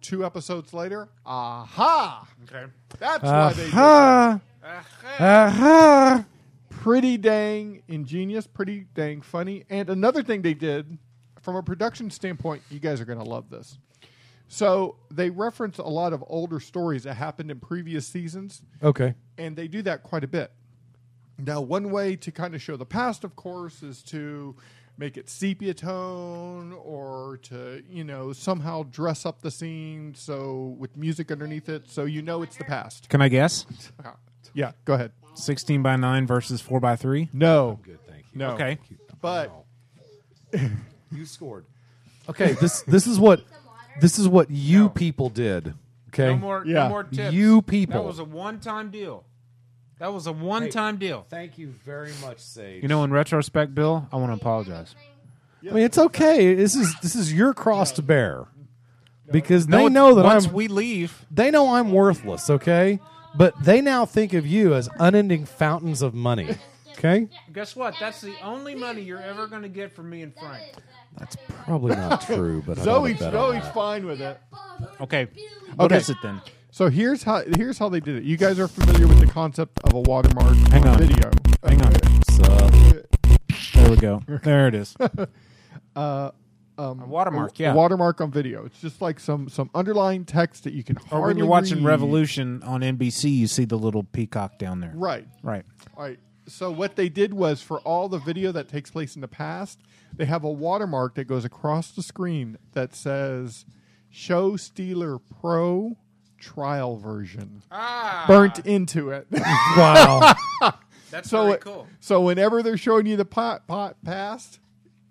[SPEAKER 2] two episodes later aha
[SPEAKER 6] Okay.
[SPEAKER 2] that's why they did that.
[SPEAKER 8] Aha! Aha!
[SPEAKER 2] pretty dang ingenious, pretty dang funny. And another thing they did from a production standpoint, you guys are going to love this. So they reference a lot of older stories that happened in previous seasons,
[SPEAKER 8] Okay.
[SPEAKER 2] and they do that quite a bit. Now, one way to kind of show the past, of course, is to make it sepia tone or to, you know, somehow dress up the scene so with music underneath it so you know it's the past.
[SPEAKER 6] Can I guess?
[SPEAKER 2] Yeah, go ahead.
[SPEAKER 6] 16 by 9 versus 4 by 3
[SPEAKER 2] No.
[SPEAKER 8] Good. Thank you.
[SPEAKER 2] No.
[SPEAKER 6] Okay.
[SPEAKER 2] But
[SPEAKER 8] You scored. Okay. This this is what this is what you people did. Okay.
[SPEAKER 6] No more,
[SPEAKER 2] Yeah.
[SPEAKER 6] no more tips.
[SPEAKER 8] You people.
[SPEAKER 6] That was a one time deal. That was a one time deal.
[SPEAKER 8] Thank you very much, Sage.
[SPEAKER 6] You know, in retrospect, Bill, I want to apologize.
[SPEAKER 8] I mean, it's okay. This is this is your cross to bear because they
[SPEAKER 6] it's-
[SPEAKER 8] know that
[SPEAKER 6] once
[SPEAKER 8] I'm.
[SPEAKER 6] we leave,
[SPEAKER 8] They know I'm worthless. Okay, but they now think of you as unending fountains of money. Okay,
[SPEAKER 6] guess what? That's the only money you're ever going to get from me and Frank.
[SPEAKER 8] that's probably not true. But I don't
[SPEAKER 2] Zoe's,
[SPEAKER 8] bet on
[SPEAKER 2] Zoe's
[SPEAKER 8] that.
[SPEAKER 2] fine with it.
[SPEAKER 6] Okay. What
[SPEAKER 2] Okay.
[SPEAKER 6] is it then?
[SPEAKER 2] So here's how here's how they did it. You guys are familiar with the concept of a watermark
[SPEAKER 6] Hang on.
[SPEAKER 2] video.
[SPEAKER 6] Hang on.
[SPEAKER 8] So,
[SPEAKER 6] There we go. There it is. a watermark, yeah.
[SPEAKER 2] Uh, um, A watermark on video. It's just like some some underlying text that you can
[SPEAKER 6] or
[SPEAKER 2] hardly
[SPEAKER 6] when you're watching
[SPEAKER 2] read.
[SPEAKER 6] Revolution on NBC, you see the little peacock down there.
[SPEAKER 2] Right.
[SPEAKER 6] Right.
[SPEAKER 2] All right. So what they did was for all the video that takes place in the past, they have a watermark that goes across the screen that says Show Stealer Pro Trial Version. Burnt into it.
[SPEAKER 8] wow.
[SPEAKER 6] That's
[SPEAKER 2] so it- so whenever they're showing you the pot, pot past,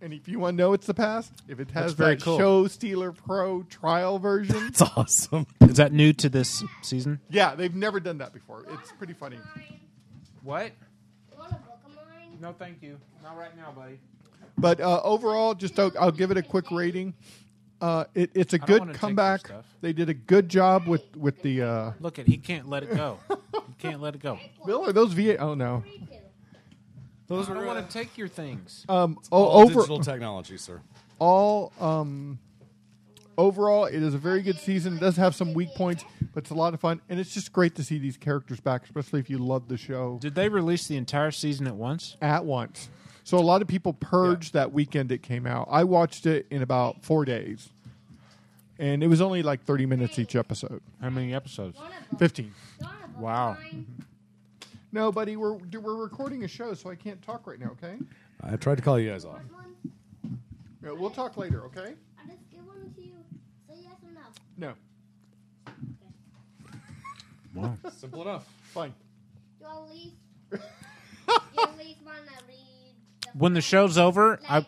[SPEAKER 2] and if you want to know it's the past, if it
[SPEAKER 6] That's
[SPEAKER 2] has
[SPEAKER 6] very
[SPEAKER 2] that
[SPEAKER 6] cool.
[SPEAKER 2] Show Stealer Pro trial version,
[SPEAKER 8] It's awesome.
[SPEAKER 6] Is that new to this season?
[SPEAKER 2] yeah, they've never done that before. It's pretty funny.
[SPEAKER 6] What? No, thank you. Not right now, buddy.
[SPEAKER 2] uh, But uh, overall, just I'll, I'll give it a quick rating. Uh, it, it's a
[SPEAKER 6] don't wanna
[SPEAKER 2] good
[SPEAKER 6] take your
[SPEAKER 2] comeback.
[SPEAKER 6] stuff.
[SPEAKER 2] They did a good job with with the uh,
[SPEAKER 6] Look at he can't let it go. he can't let it go.
[SPEAKER 2] Bill. Are those V? Oh no.
[SPEAKER 6] Those Uh, I don't want to take your things.
[SPEAKER 2] Um,
[SPEAKER 6] It's
[SPEAKER 2] o-
[SPEAKER 6] all
[SPEAKER 2] over
[SPEAKER 6] digital
[SPEAKER 8] technology, sir.
[SPEAKER 2] All um, overall, it is a very good season. It does have some weak points, but it's a lot of fun, and it's just great to see these characters back, especially if you love the show.
[SPEAKER 6] Did they release the entire season at once?
[SPEAKER 2] At once. So a lot of people purged that weekend it came out. I watched it in about four days, and it was only like thirty minutes each episode.
[SPEAKER 6] How many episodes?
[SPEAKER 2] Fifteen.
[SPEAKER 6] Wow.
[SPEAKER 2] No, buddy, we're we're recording a show, so I can't talk right now. Okay,
[SPEAKER 8] I tried to call you guys off.
[SPEAKER 2] Yeah, we'll talk later. Okay.
[SPEAKER 13] I'll just give one to you. Say yes or no.
[SPEAKER 2] No.
[SPEAKER 6] Wow.
[SPEAKER 8] Simple enough.
[SPEAKER 2] Fine.
[SPEAKER 13] Do I leave? Do I leave mine I read?
[SPEAKER 6] When the show's over, I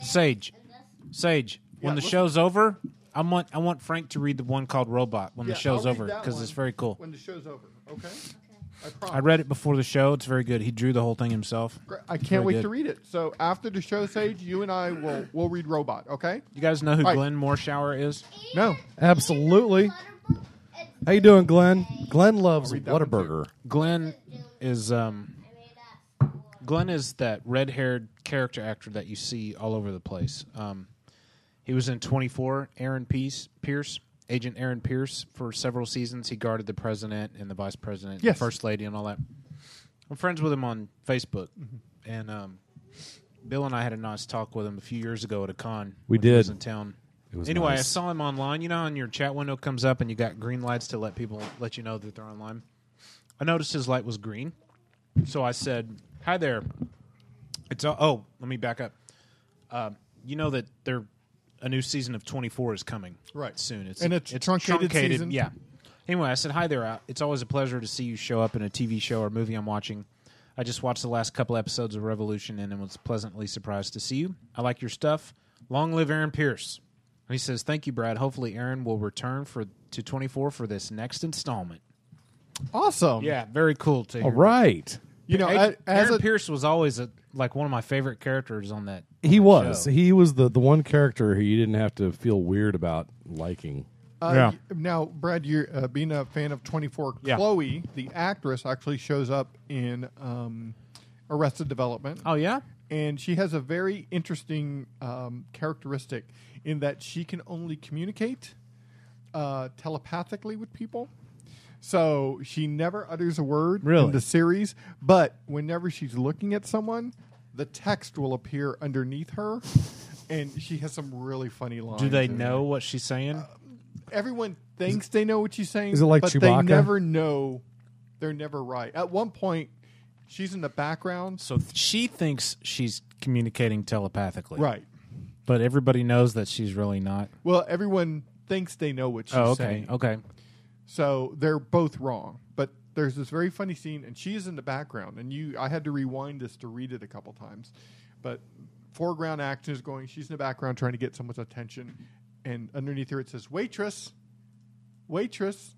[SPEAKER 6] Sage, Sage.
[SPEAKER 2] Yeah,
[SPEAKER 6] When the
[SPEAKER 2] listen.
[SPEAKER 6] show's over, I want I want Frank to read the one called Robot when the show's over because it's very cool.
[SPEAKER 2] When the show's over, okay? I
[SPEAKER 6] I
[SPEAKER 2] promise.
[SPEAKER 6] read it before the show. It's very good. He drew the whole thing himself.
[SPEAKER 2] Gre- I can't wait to read it. So after the show, Sage, you and I will will read Robot. Okay?
[SPEAKER 6] You guys know who
[SPEAKER 2] All right.
[SPEAKER 6] Glenn Morshower is?
[SPEAKER 2] No.
[SPEAKER 8] Absolutely. How you doing, Glenn? Glenn loves
[SPEAKER 6] read that one,
[SPEAKER 8] Whataburger.
[SPEAKER 6] Glenn is um, Glenn is that red-haired character actor that you see all over the place. Um, he was in 24, Aaron Peace, Pierce, Agent Aaron Pierce for several seasons. He guarded the president and the vice president, and
[SPEAKER 2] Yes.
[SPEAKER 6] the first lady, and all that. I'm friends with him on Facebook, and um, Bill and I had a nice talk with him a few years ago at a con.
[SPEAKER 8] We
[SPEAKER 6] when he was
[SPEAKER 8] did.
[SPEAKER 6] in town.
[SPEAKER 8] It was
[SPEAKER 6] anyway, I
[SPEAKER 8] nice.
[SPEAKER 6] saw him online. You know, and your chat window comes up, and you got green lights to let people let you know that they're online. I noticed his light was green, so I said, "Hi there." It's all, oh, let me back up. Uh, you know that there a new season of Twenty Four is coming
[SPEAKER 2] Right.
[SPEAKER 6] soon. It's
[SPEAKER 2] And it's truncated season.
[SPEAKER 6] yeah. Anyway, I said, "Hi there. Al. It's always a pleasure to see you show up in a TV show or movie I'm watching. I just watched the last couple episodes of Revolution and was pleasantly surprised to see you. I like your stuff. Long live Aaron Pierce." And he says, "Thank you, Brad. Hopefully, Aaron will return for to 24 for this next installment."
[SPEAKER 2] Awesome.
[SPEAKER 6] Yeah, very cool to
[SPEAKER 8] All
[SPEAKER 6] hear.
[SPEAKER 8] right.
[SPEAKER 2] You know,
[SPEAKER 6] Aaron,
[SPEAKER 2] a- as
[SPEAKER 6] Aaron
[SPEAKER 2] a-
[SPEAKER 6] Pierce was always a, like one of my favorite characters on that.
[SPEAKER 8] He was.
[SPEAKER 6] show.
[SPEAKER 8] He was the, the one character who you didn't have to feel weird about liking.
[SPEAKER 2] Uh, y- Now, Brad, you're uh, being a fan of 24.
[SPEAKER 8] Yeah.
[SPEAKER 2] Chloe, the actress, actually shows up in um, Arrested Development.
[SPEAKER 6] Oh yeah,
[SPEAKER 2] and she has a very interesting um, characteristic in that she can only communicate uh, telepathically with people. So she never utters a word
[SPEAKER 6] Really?
[SPEAKER 2] in the series, but whenever she's looking at someone, the text will appear underneath her, and she has some really funny lines.
[SPEAKER 6] Do they
[SPEAKER 2] in
[SPEAKER 6] know what she's saying?
[SPEAKER 2] Uh, everyone thinks they know what she's saying.
[SPEAKER 8] is it like
[SPEAKER 2] but
[SPEAKER 8] Chewbacca?
[SPEAKER 2] They never know. They're never right. At one point, she's in the background.
[SPEAKER 6] So she thinks she's communicating telepathically,
[SPEAKER 2] Right.
[SPEAKER 6] But everybody knows that she's really not.
[SPEAKER 2] Well, everyone thinks they know what she's
[SPEAKER 6] oh, okay,
[SPEAKER 2] saying.
[SPEAKER 6] okay.
[SPEAKER 2] So they're both wrong. But there's this very funny scene, and she is in the background. And you, I had to rewind this to read it a couple times. But foreground action is going. She's in the background trying to get someone's attention, and underneath her it says, "Waitress, waitress,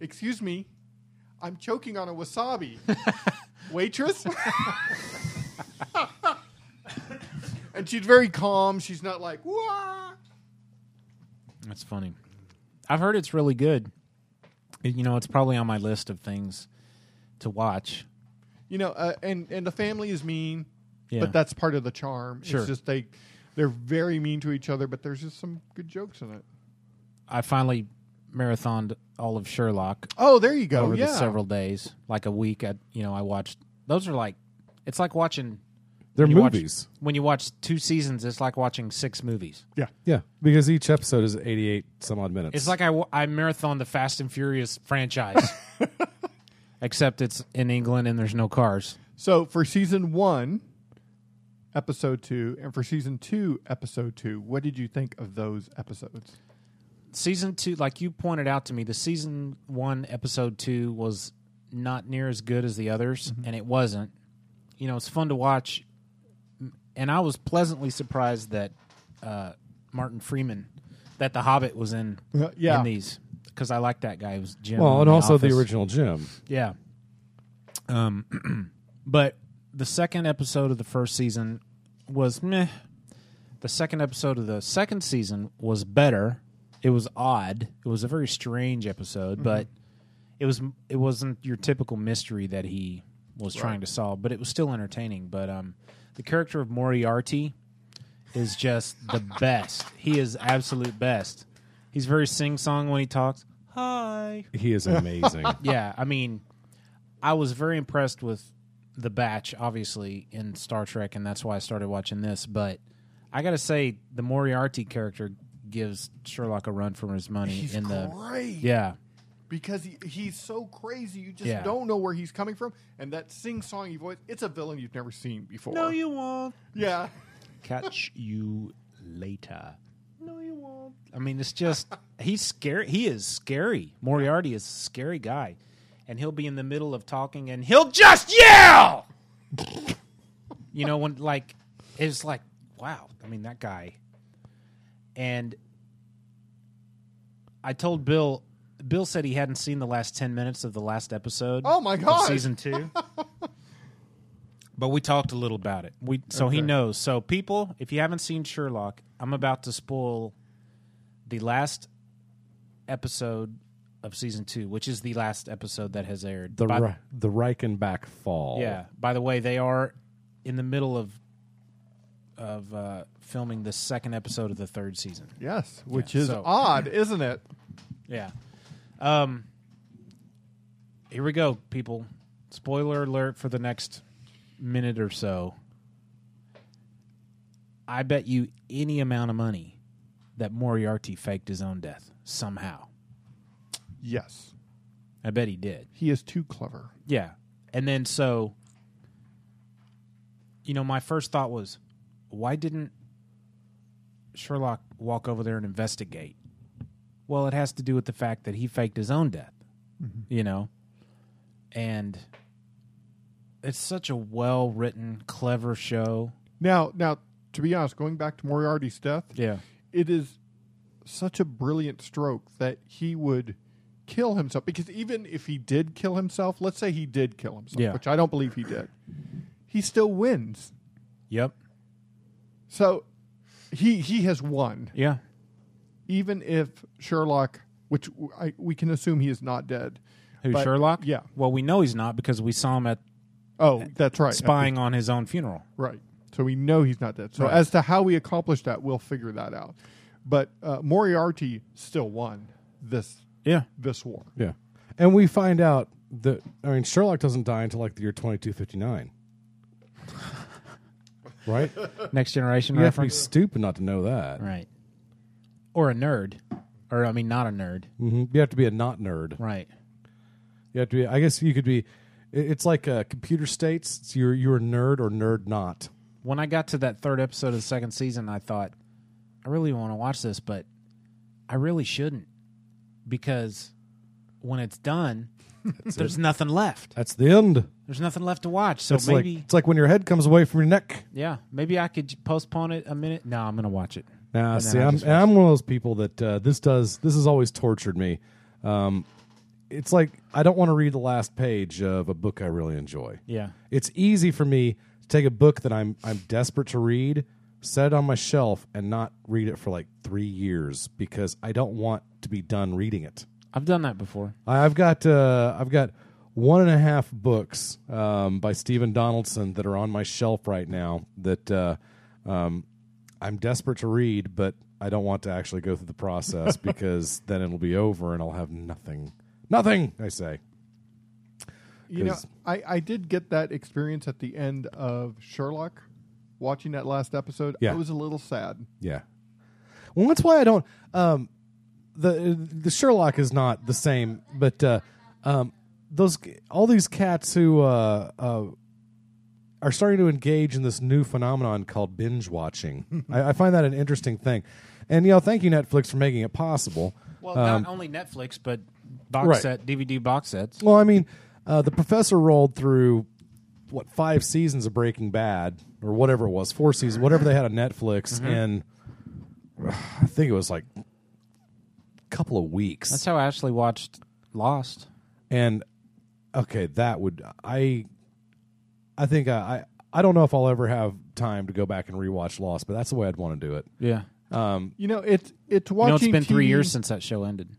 [SPEAKER 2] excuse me, I'm choking on a wasabi." waitress. and she's very calm. She's not like, "Wah."
[SPEAKER 6] That's funny. I've heard it's really good. You know, it's probably on my list of things to watch.
[SPEAKER 2] you know, uh, and and the family is mean,
[SPEAKER 6] Yeah.
[SPEAKER 2] but that's part of the charm.
[SPEAKER 6] Sure.
[SPEAKER 2] It's just they they're very mean to each other, but there's just some good jokes in it.
[SPEAKER 6] I finally marathoned all of Sherlock.
[SPEAKER 2] Oh, there you go.
[SPEAKER 6] Over
[SPEAKER 2] yeah,
[SPEAKER 6] the several days, like a week. I you know I watched. Those are like it's like watching.
[SPEAKER 8] They're
[SPEAKER 6] when you watch-
[SPEAKER 8] movies.
[SPEAKER 6] when you watch two seasons, it's like watching six movies.
[SPEAKER 8] Yeah, because each episode is 88 some odd minutes.
[SPEAKER 6] It's like I, wa- I marathoned the Fast and Furious franchise, except it's in England and there's no cars.
[SPEAKER 2] So for season one, episode two, and for season two, episode two, what did you think of those episodes?
[SPEAKER 6] Season two, like you pointed out to me, the season one episode two was not near as good as the others,
[SPEAKER 8] Mm-hmm.
[SPEAKER 6] and it wasn't. You know, it's fun to watch, m- and I was pleasantly surprised that uh, Martin Freeman, that The Hobbit was in
[SPEAKER 2] Uh, yeah.
[SPEAKER 6] in these because I like that guy. It was Jim.
[SPEAKER 8] well,
[SPEAKER 6] on
[SPEAKER 8] and
[SPEAKER 6] The
[SPEAKER 8] also the
[SPEAKER 6] Office.
[SPEAKER 8] original Jim.
[SPEAKER 6] Yeah. Um, but the second episode of the first season was meh. the second episode of the second season was better. It was odd. It was a very strange episode, but it was it wasn't your typical mystery that he was
[SPEAKER 7] Right.
[SPEAKER 6] trying to solve. But it was still entertaining. But um, the character of Moriarty is just the best. He is absolute best. He's very sing song when he talks. Hi.
[SPEAKER 8] He is amazing.
[SPEAKER 6] yeah, I mean, I was very impressed with the batch, obviously in Star Trek, and that's why I started watching this. But I gotta say, the Moriarty character gives Sherlock a run for his money.
[SPEAKER 2] He's
[SPEAKER 6] in the
[SPEAKER 2] great.
[SPEAKER 6] uh, yeah,
[SPEAKER 2] because he, he's so crazy. You just
[SPEAKER 6] Yeah.
[SPEAKER 2] don't know where he's coming from. And that sing-songy voice—it's a villain you've never seen before.
[SPEAKER 6] No, you won't.
[SPEAKER 2] Yeah.
[SPEAKER 6] catch you later. I mean, it's just he's scary. He is scary. Moriarty is a scary guy, and he'll be in the middle of talking, and he'll just yell. you know, when like it's like, wow. I mean, that guy. And I told Bill. Bill said he hadn't seen the last ten minutes of the last episode.
[SPEAKER 2] Oh my
[SPEAKER 6] of
[SPEAKER 2] god!
[SPEAKER 6] Season two. But we talked a little about it. We so he
[SPEAKER 7] Okay.
[SPEAKER 6] knows. So people, if you haven't seen Sherlock, I'm about to spoil the last episode of season 2, which is the last episode that has aired.
[SPEAKER 8] The
[SPEAKER 6] By-
[SPEAKER 8] Ri- the Reichenbach fall.
[SPEAKER 6] Yeah. By the way, they are in the middle of of uh, filming the second episode of the third season.
[SPEAKER 2] Yes,
[SPEAKER 6] Yeah,
[SPEAKER 2] which is
[SPEAKER 6] so-
[SPEAKER 2] odd, isn't it?
[SPEAKER 6] Yeah. Um here we go, people. Spoiler alert for the next minute or so. I bet you any amount of money that Moriarty faked his own death somehow.
[SPEAKER 2] Yes.
[SPEAKER 6] I bet he did.
[SPEAKER 2] He is too clever.
[SPEAKER 6] Yeah. And then so you know, my first thought was why didn't Sherlock walk over there and investigate? Well, it has to do with the fact that he faked his own death, you know. And it's such a well-written, clever show.
[SPEAKER 2] Now, now, to be honest, going back to Moriarty's death,
[SPEAKER 6] Yeah.
[SPEAKER 2] it is such a brilliant stroke that he would kill himself because even if he did kill himself, let's say he did kill himself,
[SPEAKER 6] Yeah.
[SPEAKER 2] which I don't believe he did, he still wins.
[SPEAKER 6] Yep.
[SPEAKER 2] So he he has won.
[SPEAKER 6] Yeah.
[SPEAKER 2] Even if Sherlock, which w I we can assume he is not dead.
[SPEAKER 6] Who
[SPEAKER 2] but-
[SPEAKER 6] Sherlock?
[SPEAKER 2] Yeah.
[SPEAKER 6] Well, we know he's not because we saw him at
[SPEAKER 2] Oh, that's right.
[SPEAKER 6] spying on his own funeral.
[SPEAKER 2] Right. So we know he's not dead. So
[SPEAKER 6] Right.
[SPEAKER 2] as to how we accomplish that, we'll figure that out. But uh, Moriarty still won this.
[SPEAKER 6] Yeah.
[SPEAKER 2] This war.
[SPEAKER 8] Yeah. And we find out that I mean Sherlock doesn't die until like the year 2259. right?
[SPEAKER 6] Next generation
[SPEAKER 8] You have to be
[SPEAKER 6] reference.
[SPEAKER 8] stupid not to know that.
[SPEAKER 6] Right. Or a nerd. Or I mean not a nerd.
[SPEAKER 8] hmm You have to be a not nerd.
[SPEAKER 6] Right.
[SPEAKER 8] You have to be I guess you could be it- it's like uh, computer states. It's you're you're a nerd or nerd not.
[SPEAKER 6] when I got to that third episode of the second season, I thought, I really want to watch this, but I really shouldn't because when it's done, there's nothing left.
[SPEAKER 8] That's the end.
[SPEAKER 6] There's nothing left to watch. So
[SPEAKER 8] it's
[SPEAKER 6] maybe,
[SPEAKER 8] like, it's like when your head comes away from your neck.
[SPEAKER 6] yeah, maybe I could j- postpone it a minute. No, I'm gonna watch it.
[SPEAKER 8] Nah,
[SPEAKER 6] And then
[SPEAKER 8] see,
[SPEAKER 6] I
[SPEAKER 8] I'm
[SPEAKER 6] just-
[SPEAKER 8] and I'm one of those people that uh, this does this has always tortured me. Um, it's like I don't want to read the last page of a book I really enjoy.
[SPEAKER 6] Yeah.
[SPEAKER 8] it's easy for me to take a book that I'm I'm desperate to read, set it on my shelf, and not read it for like three years because I don't want to be done reading it.
[SPEAKER 6] I've done that before.
[SPEAKER 8] I- I've got uh, I've got one and a half books um, by Stephen Donaldson that are on my shelf right now that uh, um, I'm desperate to read, but I don't want to actually go through the process because then it'll be over and I'll have nothing. Nothing, I say.
[SPEAKER 2] You know,
[SPEAKER 8] 'Cause-
[SPEAKER 2] I, I did get that experience at the end of Sherlock, watching that last episode.
[SPEAKER 8] Yeah.
[SPEAKER 2] I was a little sad.
[SPEAKER 8] Yeah. Well, that's why I don't. Um, the the Sherlock is not the same, but uh, um, those all these cats who uh, uh, are starting to engage in this new phenomenon called binge watching. I, I find that an interesting thing, and you know, thank you Netflix for making it possible.
[SPEAKER 6] Well,
[SPEAKER 8] Um,
[SPEAKER 6] not only Netflix, but box
[SPEAKER 8] Right.
[SPEAKER 6] set DVD box sets.
[SPEAKER 8] well, I mean, uh, the professor rolled through what five seasons of Breaking Bad or whatever it was, four seasons, whatever they had on Netflix,
[SPEAKER 6] Mhm.
[SPEAKER 8] in I think it was like a couple of weeks.
[SPEAKER 6] That's how I actually watched Lost.
[SPEAKER 8] And okay, that would I. I think I I don't know if I'll ever have time to go back and rewatch Lost, but that's the way I'd want to do it.
[SPEAKER 6] Yeah.
[SPEAKER 8] Um,
[SPEAKER 2] You know, it's it's
[SPEAKER 6] You
[SPEAKER 2] watching.
[SPEAKER 6] know, it's been three
[SPEAKER 2] TV
[SPEAKER 6] years since that show ended.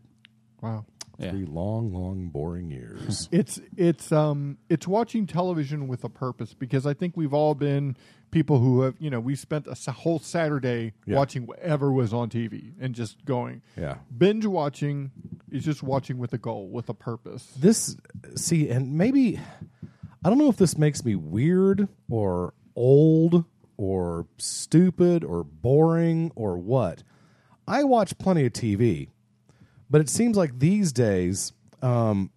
[SPEAKER 2] Wow.
[SPEAKER 8] Three long, long, boring years.
[SPEAKER 2] It's it's um it's watching television with a purpose because I think we've all been people who have you know we spent a s- whole Saturday
[SPEAKER 8] Yeah.
[SPEAKER 2] watching whatever was on TV and just going.
[SPEAKER 8] Yeah.
[SPEAKER 2] Binge watching is just watching with a goal, with a purpose.
[SPEAKER 8] this see and maybe i don't know if this makes me weird or old or stupid or boring or what i watch plenty of tv but it seems like these days um,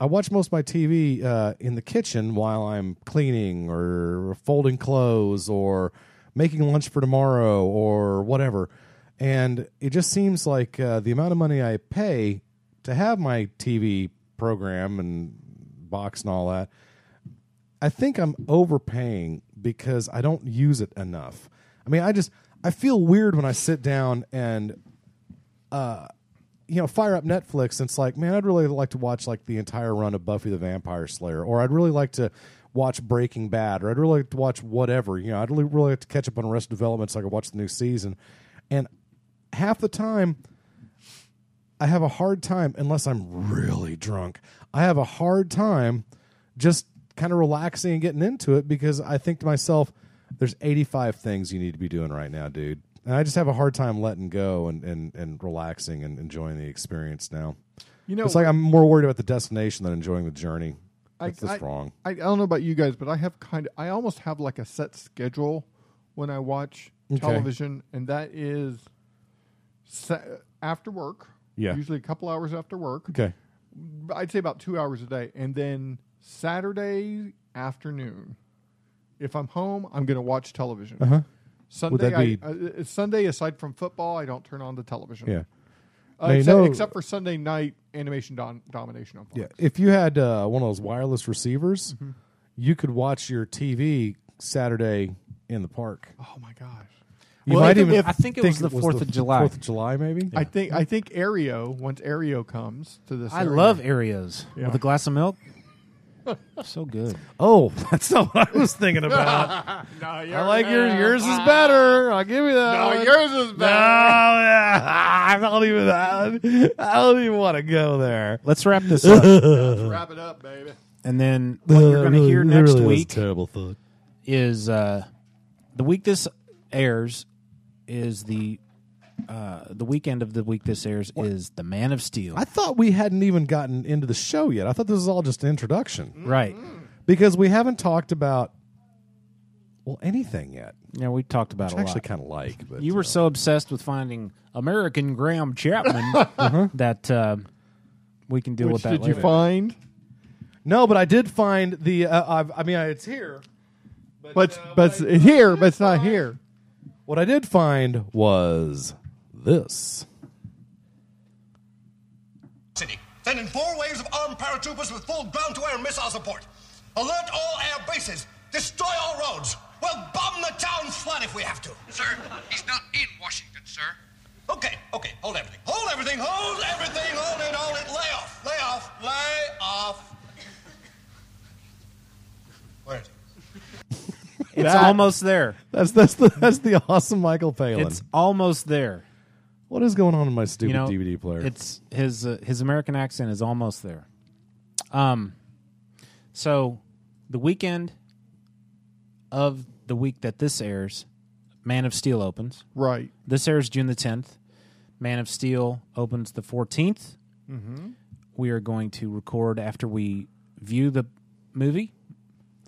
[SPEAKER 8] i watch most of my tv uh, in the kitchen while i'm cleaning or folding clothes or making lunch for tomorrow or whatever and it just seems like uh, the amount of money i pay to have my tv program and box and all that I think I'm overpaying because I don't use it enough. I mean, I just I feel weird when I sit down and uh you know, fire up Netflix and it's like, man, I'd really like to watch like the entire run of Buffy the Vampire Slayer or I'd really like to watch Breaking Bad or I'd really like to watch whatever. You know, I'd really really like to catch up on Arrested Development so I could watch the new season. And half the time I have a hard time unless I'm really drunk. I have a hard time just kind of relaxing and getting into it because I think to myself, there's 85 things you need to be doing right now, dude. And I just have a hard time letting go and and, and relaxing and enjoying the experience now.
[SPEAKER 2] You know,
[SPEAKER 8] it's like I'm more worried about the destination than enjoying the journey.
[SPEAKER 2] I,
[SPEAKER 8] That's, that's
[SPEAKER 2] I-
[SPEAKER 8] wrong.
[SPEAKER 2] I, I don't know about you guys, but I have kind of I almost have like a set schedule when I watch
[SPEAKER 8] Okay.
[SPEAKER 2] television, and that is sa- after work.
[SPEAKER 8] Yeah.
[SPEAKER 2] usually a couple hours after work.
[SPEAKER 8] Okay.
[SPEAKER 2] I'd say about two hours a day, and then Saturday afternoon, if I'm home, I'm going to watch television.
[SPEAKER 8] Uh-huh. Would
[SPEAKER 2] Sunday,
[SPEAKER 8] that
[SPEAKER 2] I,
[SPEAKER 8] be-
[SPEAKER 2] uh, it's Sunday aside from football, I don't turn on the television.
[SPEAKER 8] Yeah.
[SPEAKER 2] Uh,
[SPEAKER 8] Now, you
[SPEAKER 2] except,
[SPEAKER 8] know-
[SPEAKER 2] except for Sunday night animation don- domination on Fox.
[SPEAKER 8] Yeah. If you had uh, one of those wireless receivers,
[SPEAKER 2] Mm-hmm.
[SPEAKER 8] you could watch your TV Saturday in the park.
[SPEAKER 2] Oh my gosh.
[SPEAKER 8] You
[SPEAKER 6] Well,
[SPEAKER 8] might
[SPEAKER 6] if-
[SPEAKER 8] even
[SPEAKER 6] if- I think it was the 4th of July.
[SPEAKER 8] Fourth of July, maybe.
[SPEAKER 2] I think I think Aereo once Aereo comes to this.
[SPEAKER 6] I
[SPEAKER 2] area-
[SPEAKER 6] love areas
[SPEAKER 2] Yeah.
[SPEAKER 6] with a glass of milk. so good.
[SPEAKER 8] Oh, that's not what I was thinking about.
[SPEAKER 2] No, you're
[SPEAKER 8] I like yours. Yours is better. I'll give you that.
[SPEAKER 2] No,
[SPEAKER 8] one.
[SPEAKER 2] yours is
[SPEAKER 8] No,
[SPEAKER 2] better.
[SPEAKER 8] I don't even. I don't even want to go there.
[SPEAKER 6] Let's wrap this up.
[SPEAKER 2] Let's wrap it up, baby.
[SPEAKER 6] and then what you're going to hear next week
[SPEAKER 8] terrible thought.
[SPEAKER 6] is uh, the week this airs is the uh, the weekend of the week this airs is the Man of Steel.
[SPEAKER 8] I thought we hadn't even gotten into the show yet. I thought this was all just an introduction
[SPEAKER 6] right.
[SPEAKER 8] because we haven't talked about well anything yet.
[SPEAKER 6] Yeah, we talked about
[SPEAKER 8] Which
[SPEAKER 6] it
[SPEAKER 8] I
[SPEAKER 6] a
[SPEAKER 8] actually
[SPEAKER 6] lot.
[SPEAKER 8] kind of like, but
[SPEAKER 6] You were so obsessed with finding American Graham Chapman Uh-huh. that uh, we can deal
[SPEAKER 2] Which
[SPEAKER 6] with that
[SPEAKER 2] did
[SPEAKER 6] later.
[SPEAKER 2] you find?
[SPEAKER 8] no. But I did find the. Uh, I've, I mean, it's here.
[SPEAKER 2] But uh, but it's here, but it's not here.
[SPEAKER 8] What I did find was this.
[SPEAKER 7] City, sending four waves of armed paratroopers with full ground-to-air missile support. Alert all air bases. Destroy all roads. We'll bomb the town flat if we have to. Sir, he's not in Washington, sir. Okay, okay, hold everything. Hold everything, hold everything, hold it, hold it. Lay off, lay off, lay off. Where is it?
[SPEAKER 6] it's
[SPEAKER 8] That-
[SPEAKER 6] almost there.
[SPEAKER 8] That's that's the that's the awesome Michael Palin.
[SPEAKER 6] It's almost there.
[SPEAKER 8] what is going on in my stupid
[SPEAKER 6] you know,
[SPEAKER 8] DVD player?
[SPEAKER 6] It's his uh, his American accent is almost there. Um, so the weekend of the week that this airs, Man of Steel opens.
[SPEAKER 2] Right.
[SPEAKER 6] This airs June the tenth. Man of Steel opens the fourteenth.
[SPEAKER 8] Mm-hmm.
[SPEAKER 2] Mhm.
[SPEAKER 6] We are going to record after we view the movie.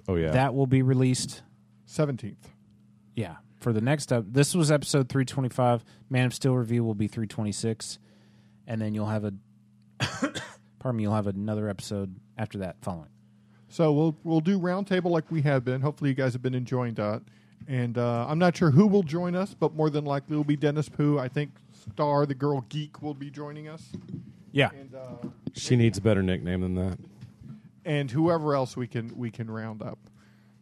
[SPEAKER 8] oh yeah,
[SPEAKER 6] That will be released.
[SPEAKER 2] Seventeenth.
[SPEAKER 6] Yeah, for the next up. This was episode three twenty five. Man of Steel review will be three twenty six, and then you'll have a. pardon me. You'll have another episode after that following.
[SPEAKER 2] So we'll we'll do roundtable like we have been. Hopefully, you guys have been enjoying that. And uh, I'm not sure who will join us, but more than likely it'll be Dennis Pooh. I think Star, the girl geek, will be joining us,
[SPEAKER 6] Yeah.
[SPEAKER 2] and uh,
[SPEAKER 8] she needs a better nickname than that.
[SPEAKER 2] and whoever else we can we can round up.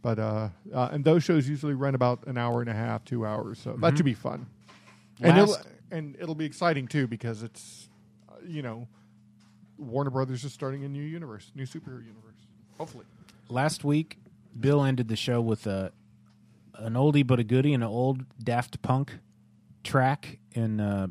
[SPEAKER 2] But uh, uh, and those shows usually run about an hour and a half, two hours. So that
[SPEAKER 6] Mhm.
[SPEAKER 2] should be fun. And it'll,
[SPEAKER 6] Last-
[SPEAKER 2] and it'll be exciting too because it's uh, you know Warner Brothers is starting a new universe, new superhero universe. Hopefully,
[SPEAKER 6] Last week Bill ended the show with a an oldie but a goodie and an old Daft Punk track in uh,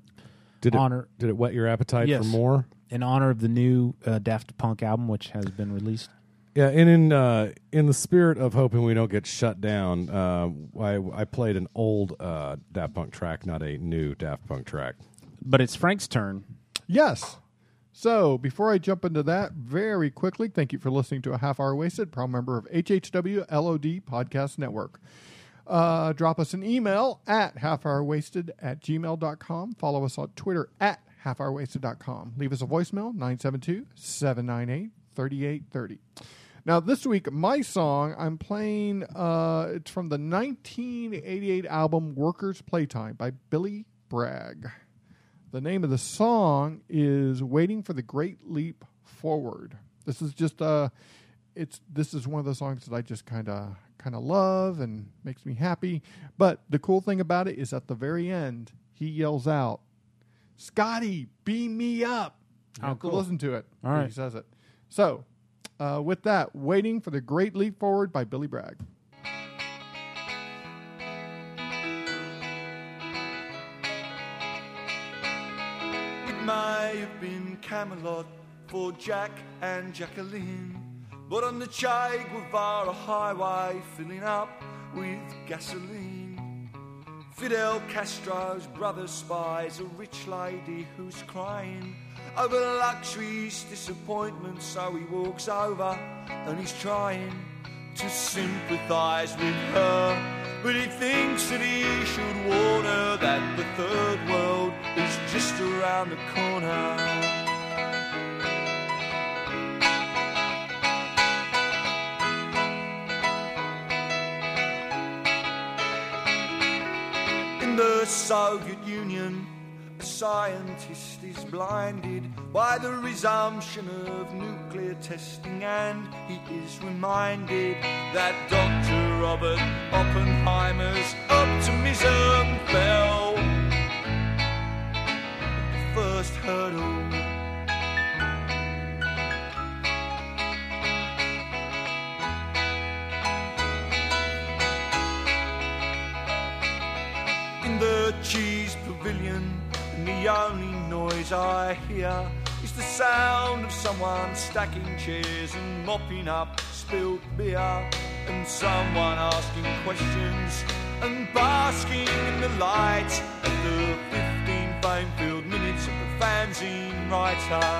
[SPEAKER 8] Did it-
[SPEAKER 6] honor.
[SPEAKER 8] did it whet your appetite for more?
[SPEAKER 6] In honor of the new uh, Daft Punk album, which has been released.
[SPEAKER 8] Yeah, and in uh, in the spirit of hoping we don't get shut down, uh, I I played an old uh, Daft Punk track, not a new Daft Punk track.
[SPEAKER 6] But it's Frank's turn.
[SPEAKER 2] Yes. So before I jump into that, very quickly, thank you for listening to a half hour wasted. Proud member of HHW LOD Podcast Network. Uh, drop us an email at halfhourwasted at gmail.com. Follow us on Twitter at halfhourwasted.com. Leave us a voicemail, 972 798 3830. Now, this week, my song I'm playing, uh, it's from the 1988 album Workers' Playtime by Billy Bragg. The name of the song is "Waiting for the Great Leap Forward." This is just uh it's this is one of the songs that I just kind of kind of love and makes me happy. But the cool thing about it is at the very end, he yells out, "Scotty, beam me up!" You
[SPEAKER 6] Oh,
[SPEAKER 2] have to
[SPEAKER 6] cool.
[SPEAKER 2] Listen to it.
[SPEAKER 6] All
[SPEAKER 2] when He
[SPEAKER 6] right.
[SPEAKER 2] says it. So, uh, with that, "Waiting for the Great Leap Forward" by Billy Bragg.
[SPEAKER 1] It may have been Camelot for Jack and Jacqueline, but on the Che Guevara highway filling up with gasoline. Fidel Castro's brother spies a rich lady who's crying over luxury's disappointment, so he walks over and he's trying to sympathize with her. But he thinks that he should warn her that the third world is just around the corner. In the Soviet Union, a scientist is blinded by the resumption of nuclear testing, and he is reminded that Dr. Robert Oppenheimer's optimism fell at the first hurdle. in the cheese pavilion, and the only noise I hear is the sound of someone stacking chairs and mopping up spilled beer, and someone asking questions and basking in the light of the 15 fame-filled minutes of the fanzine writer.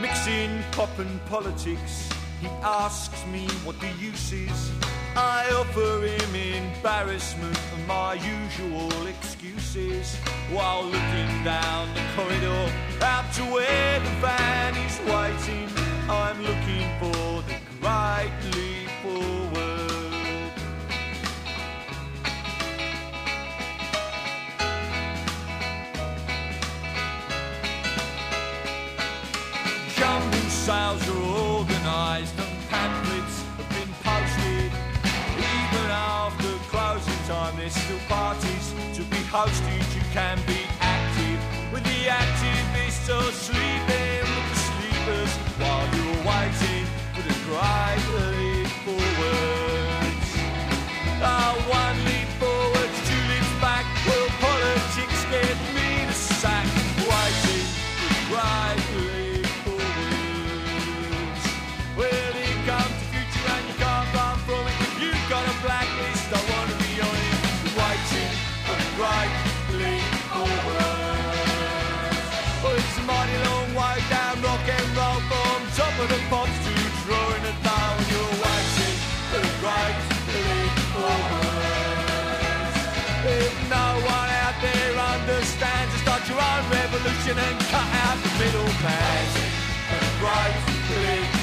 [SPEAKER 1] Mixing pop and politics, he asks me what the use is. I offer him embarrassment and my usual excuses while looking down the corridor out to where the van is waiting. I'm looking for the great leap forward. Jumbo sales are organised and pamphlets have been posted. Even after closing time, there's still parties to be hosted. You can be active with the activists or sleeping with the sleepers while you're waiting for the great leap forwards. Ah, one leap forwards, two leaps back. Will politics get me the sack? Waiting for the great leap forwards. Well, here comes the future, and you can't run from it. You've got a blacklist. I wanna be on it. Waiting for the great leap forwards. Well, it's a mighty long way down rock and roll from top of the pops to drawing it down. You're waiting for the great leap forwards. If no one out there understands, start your own revolution and cut out the middle man. Great leap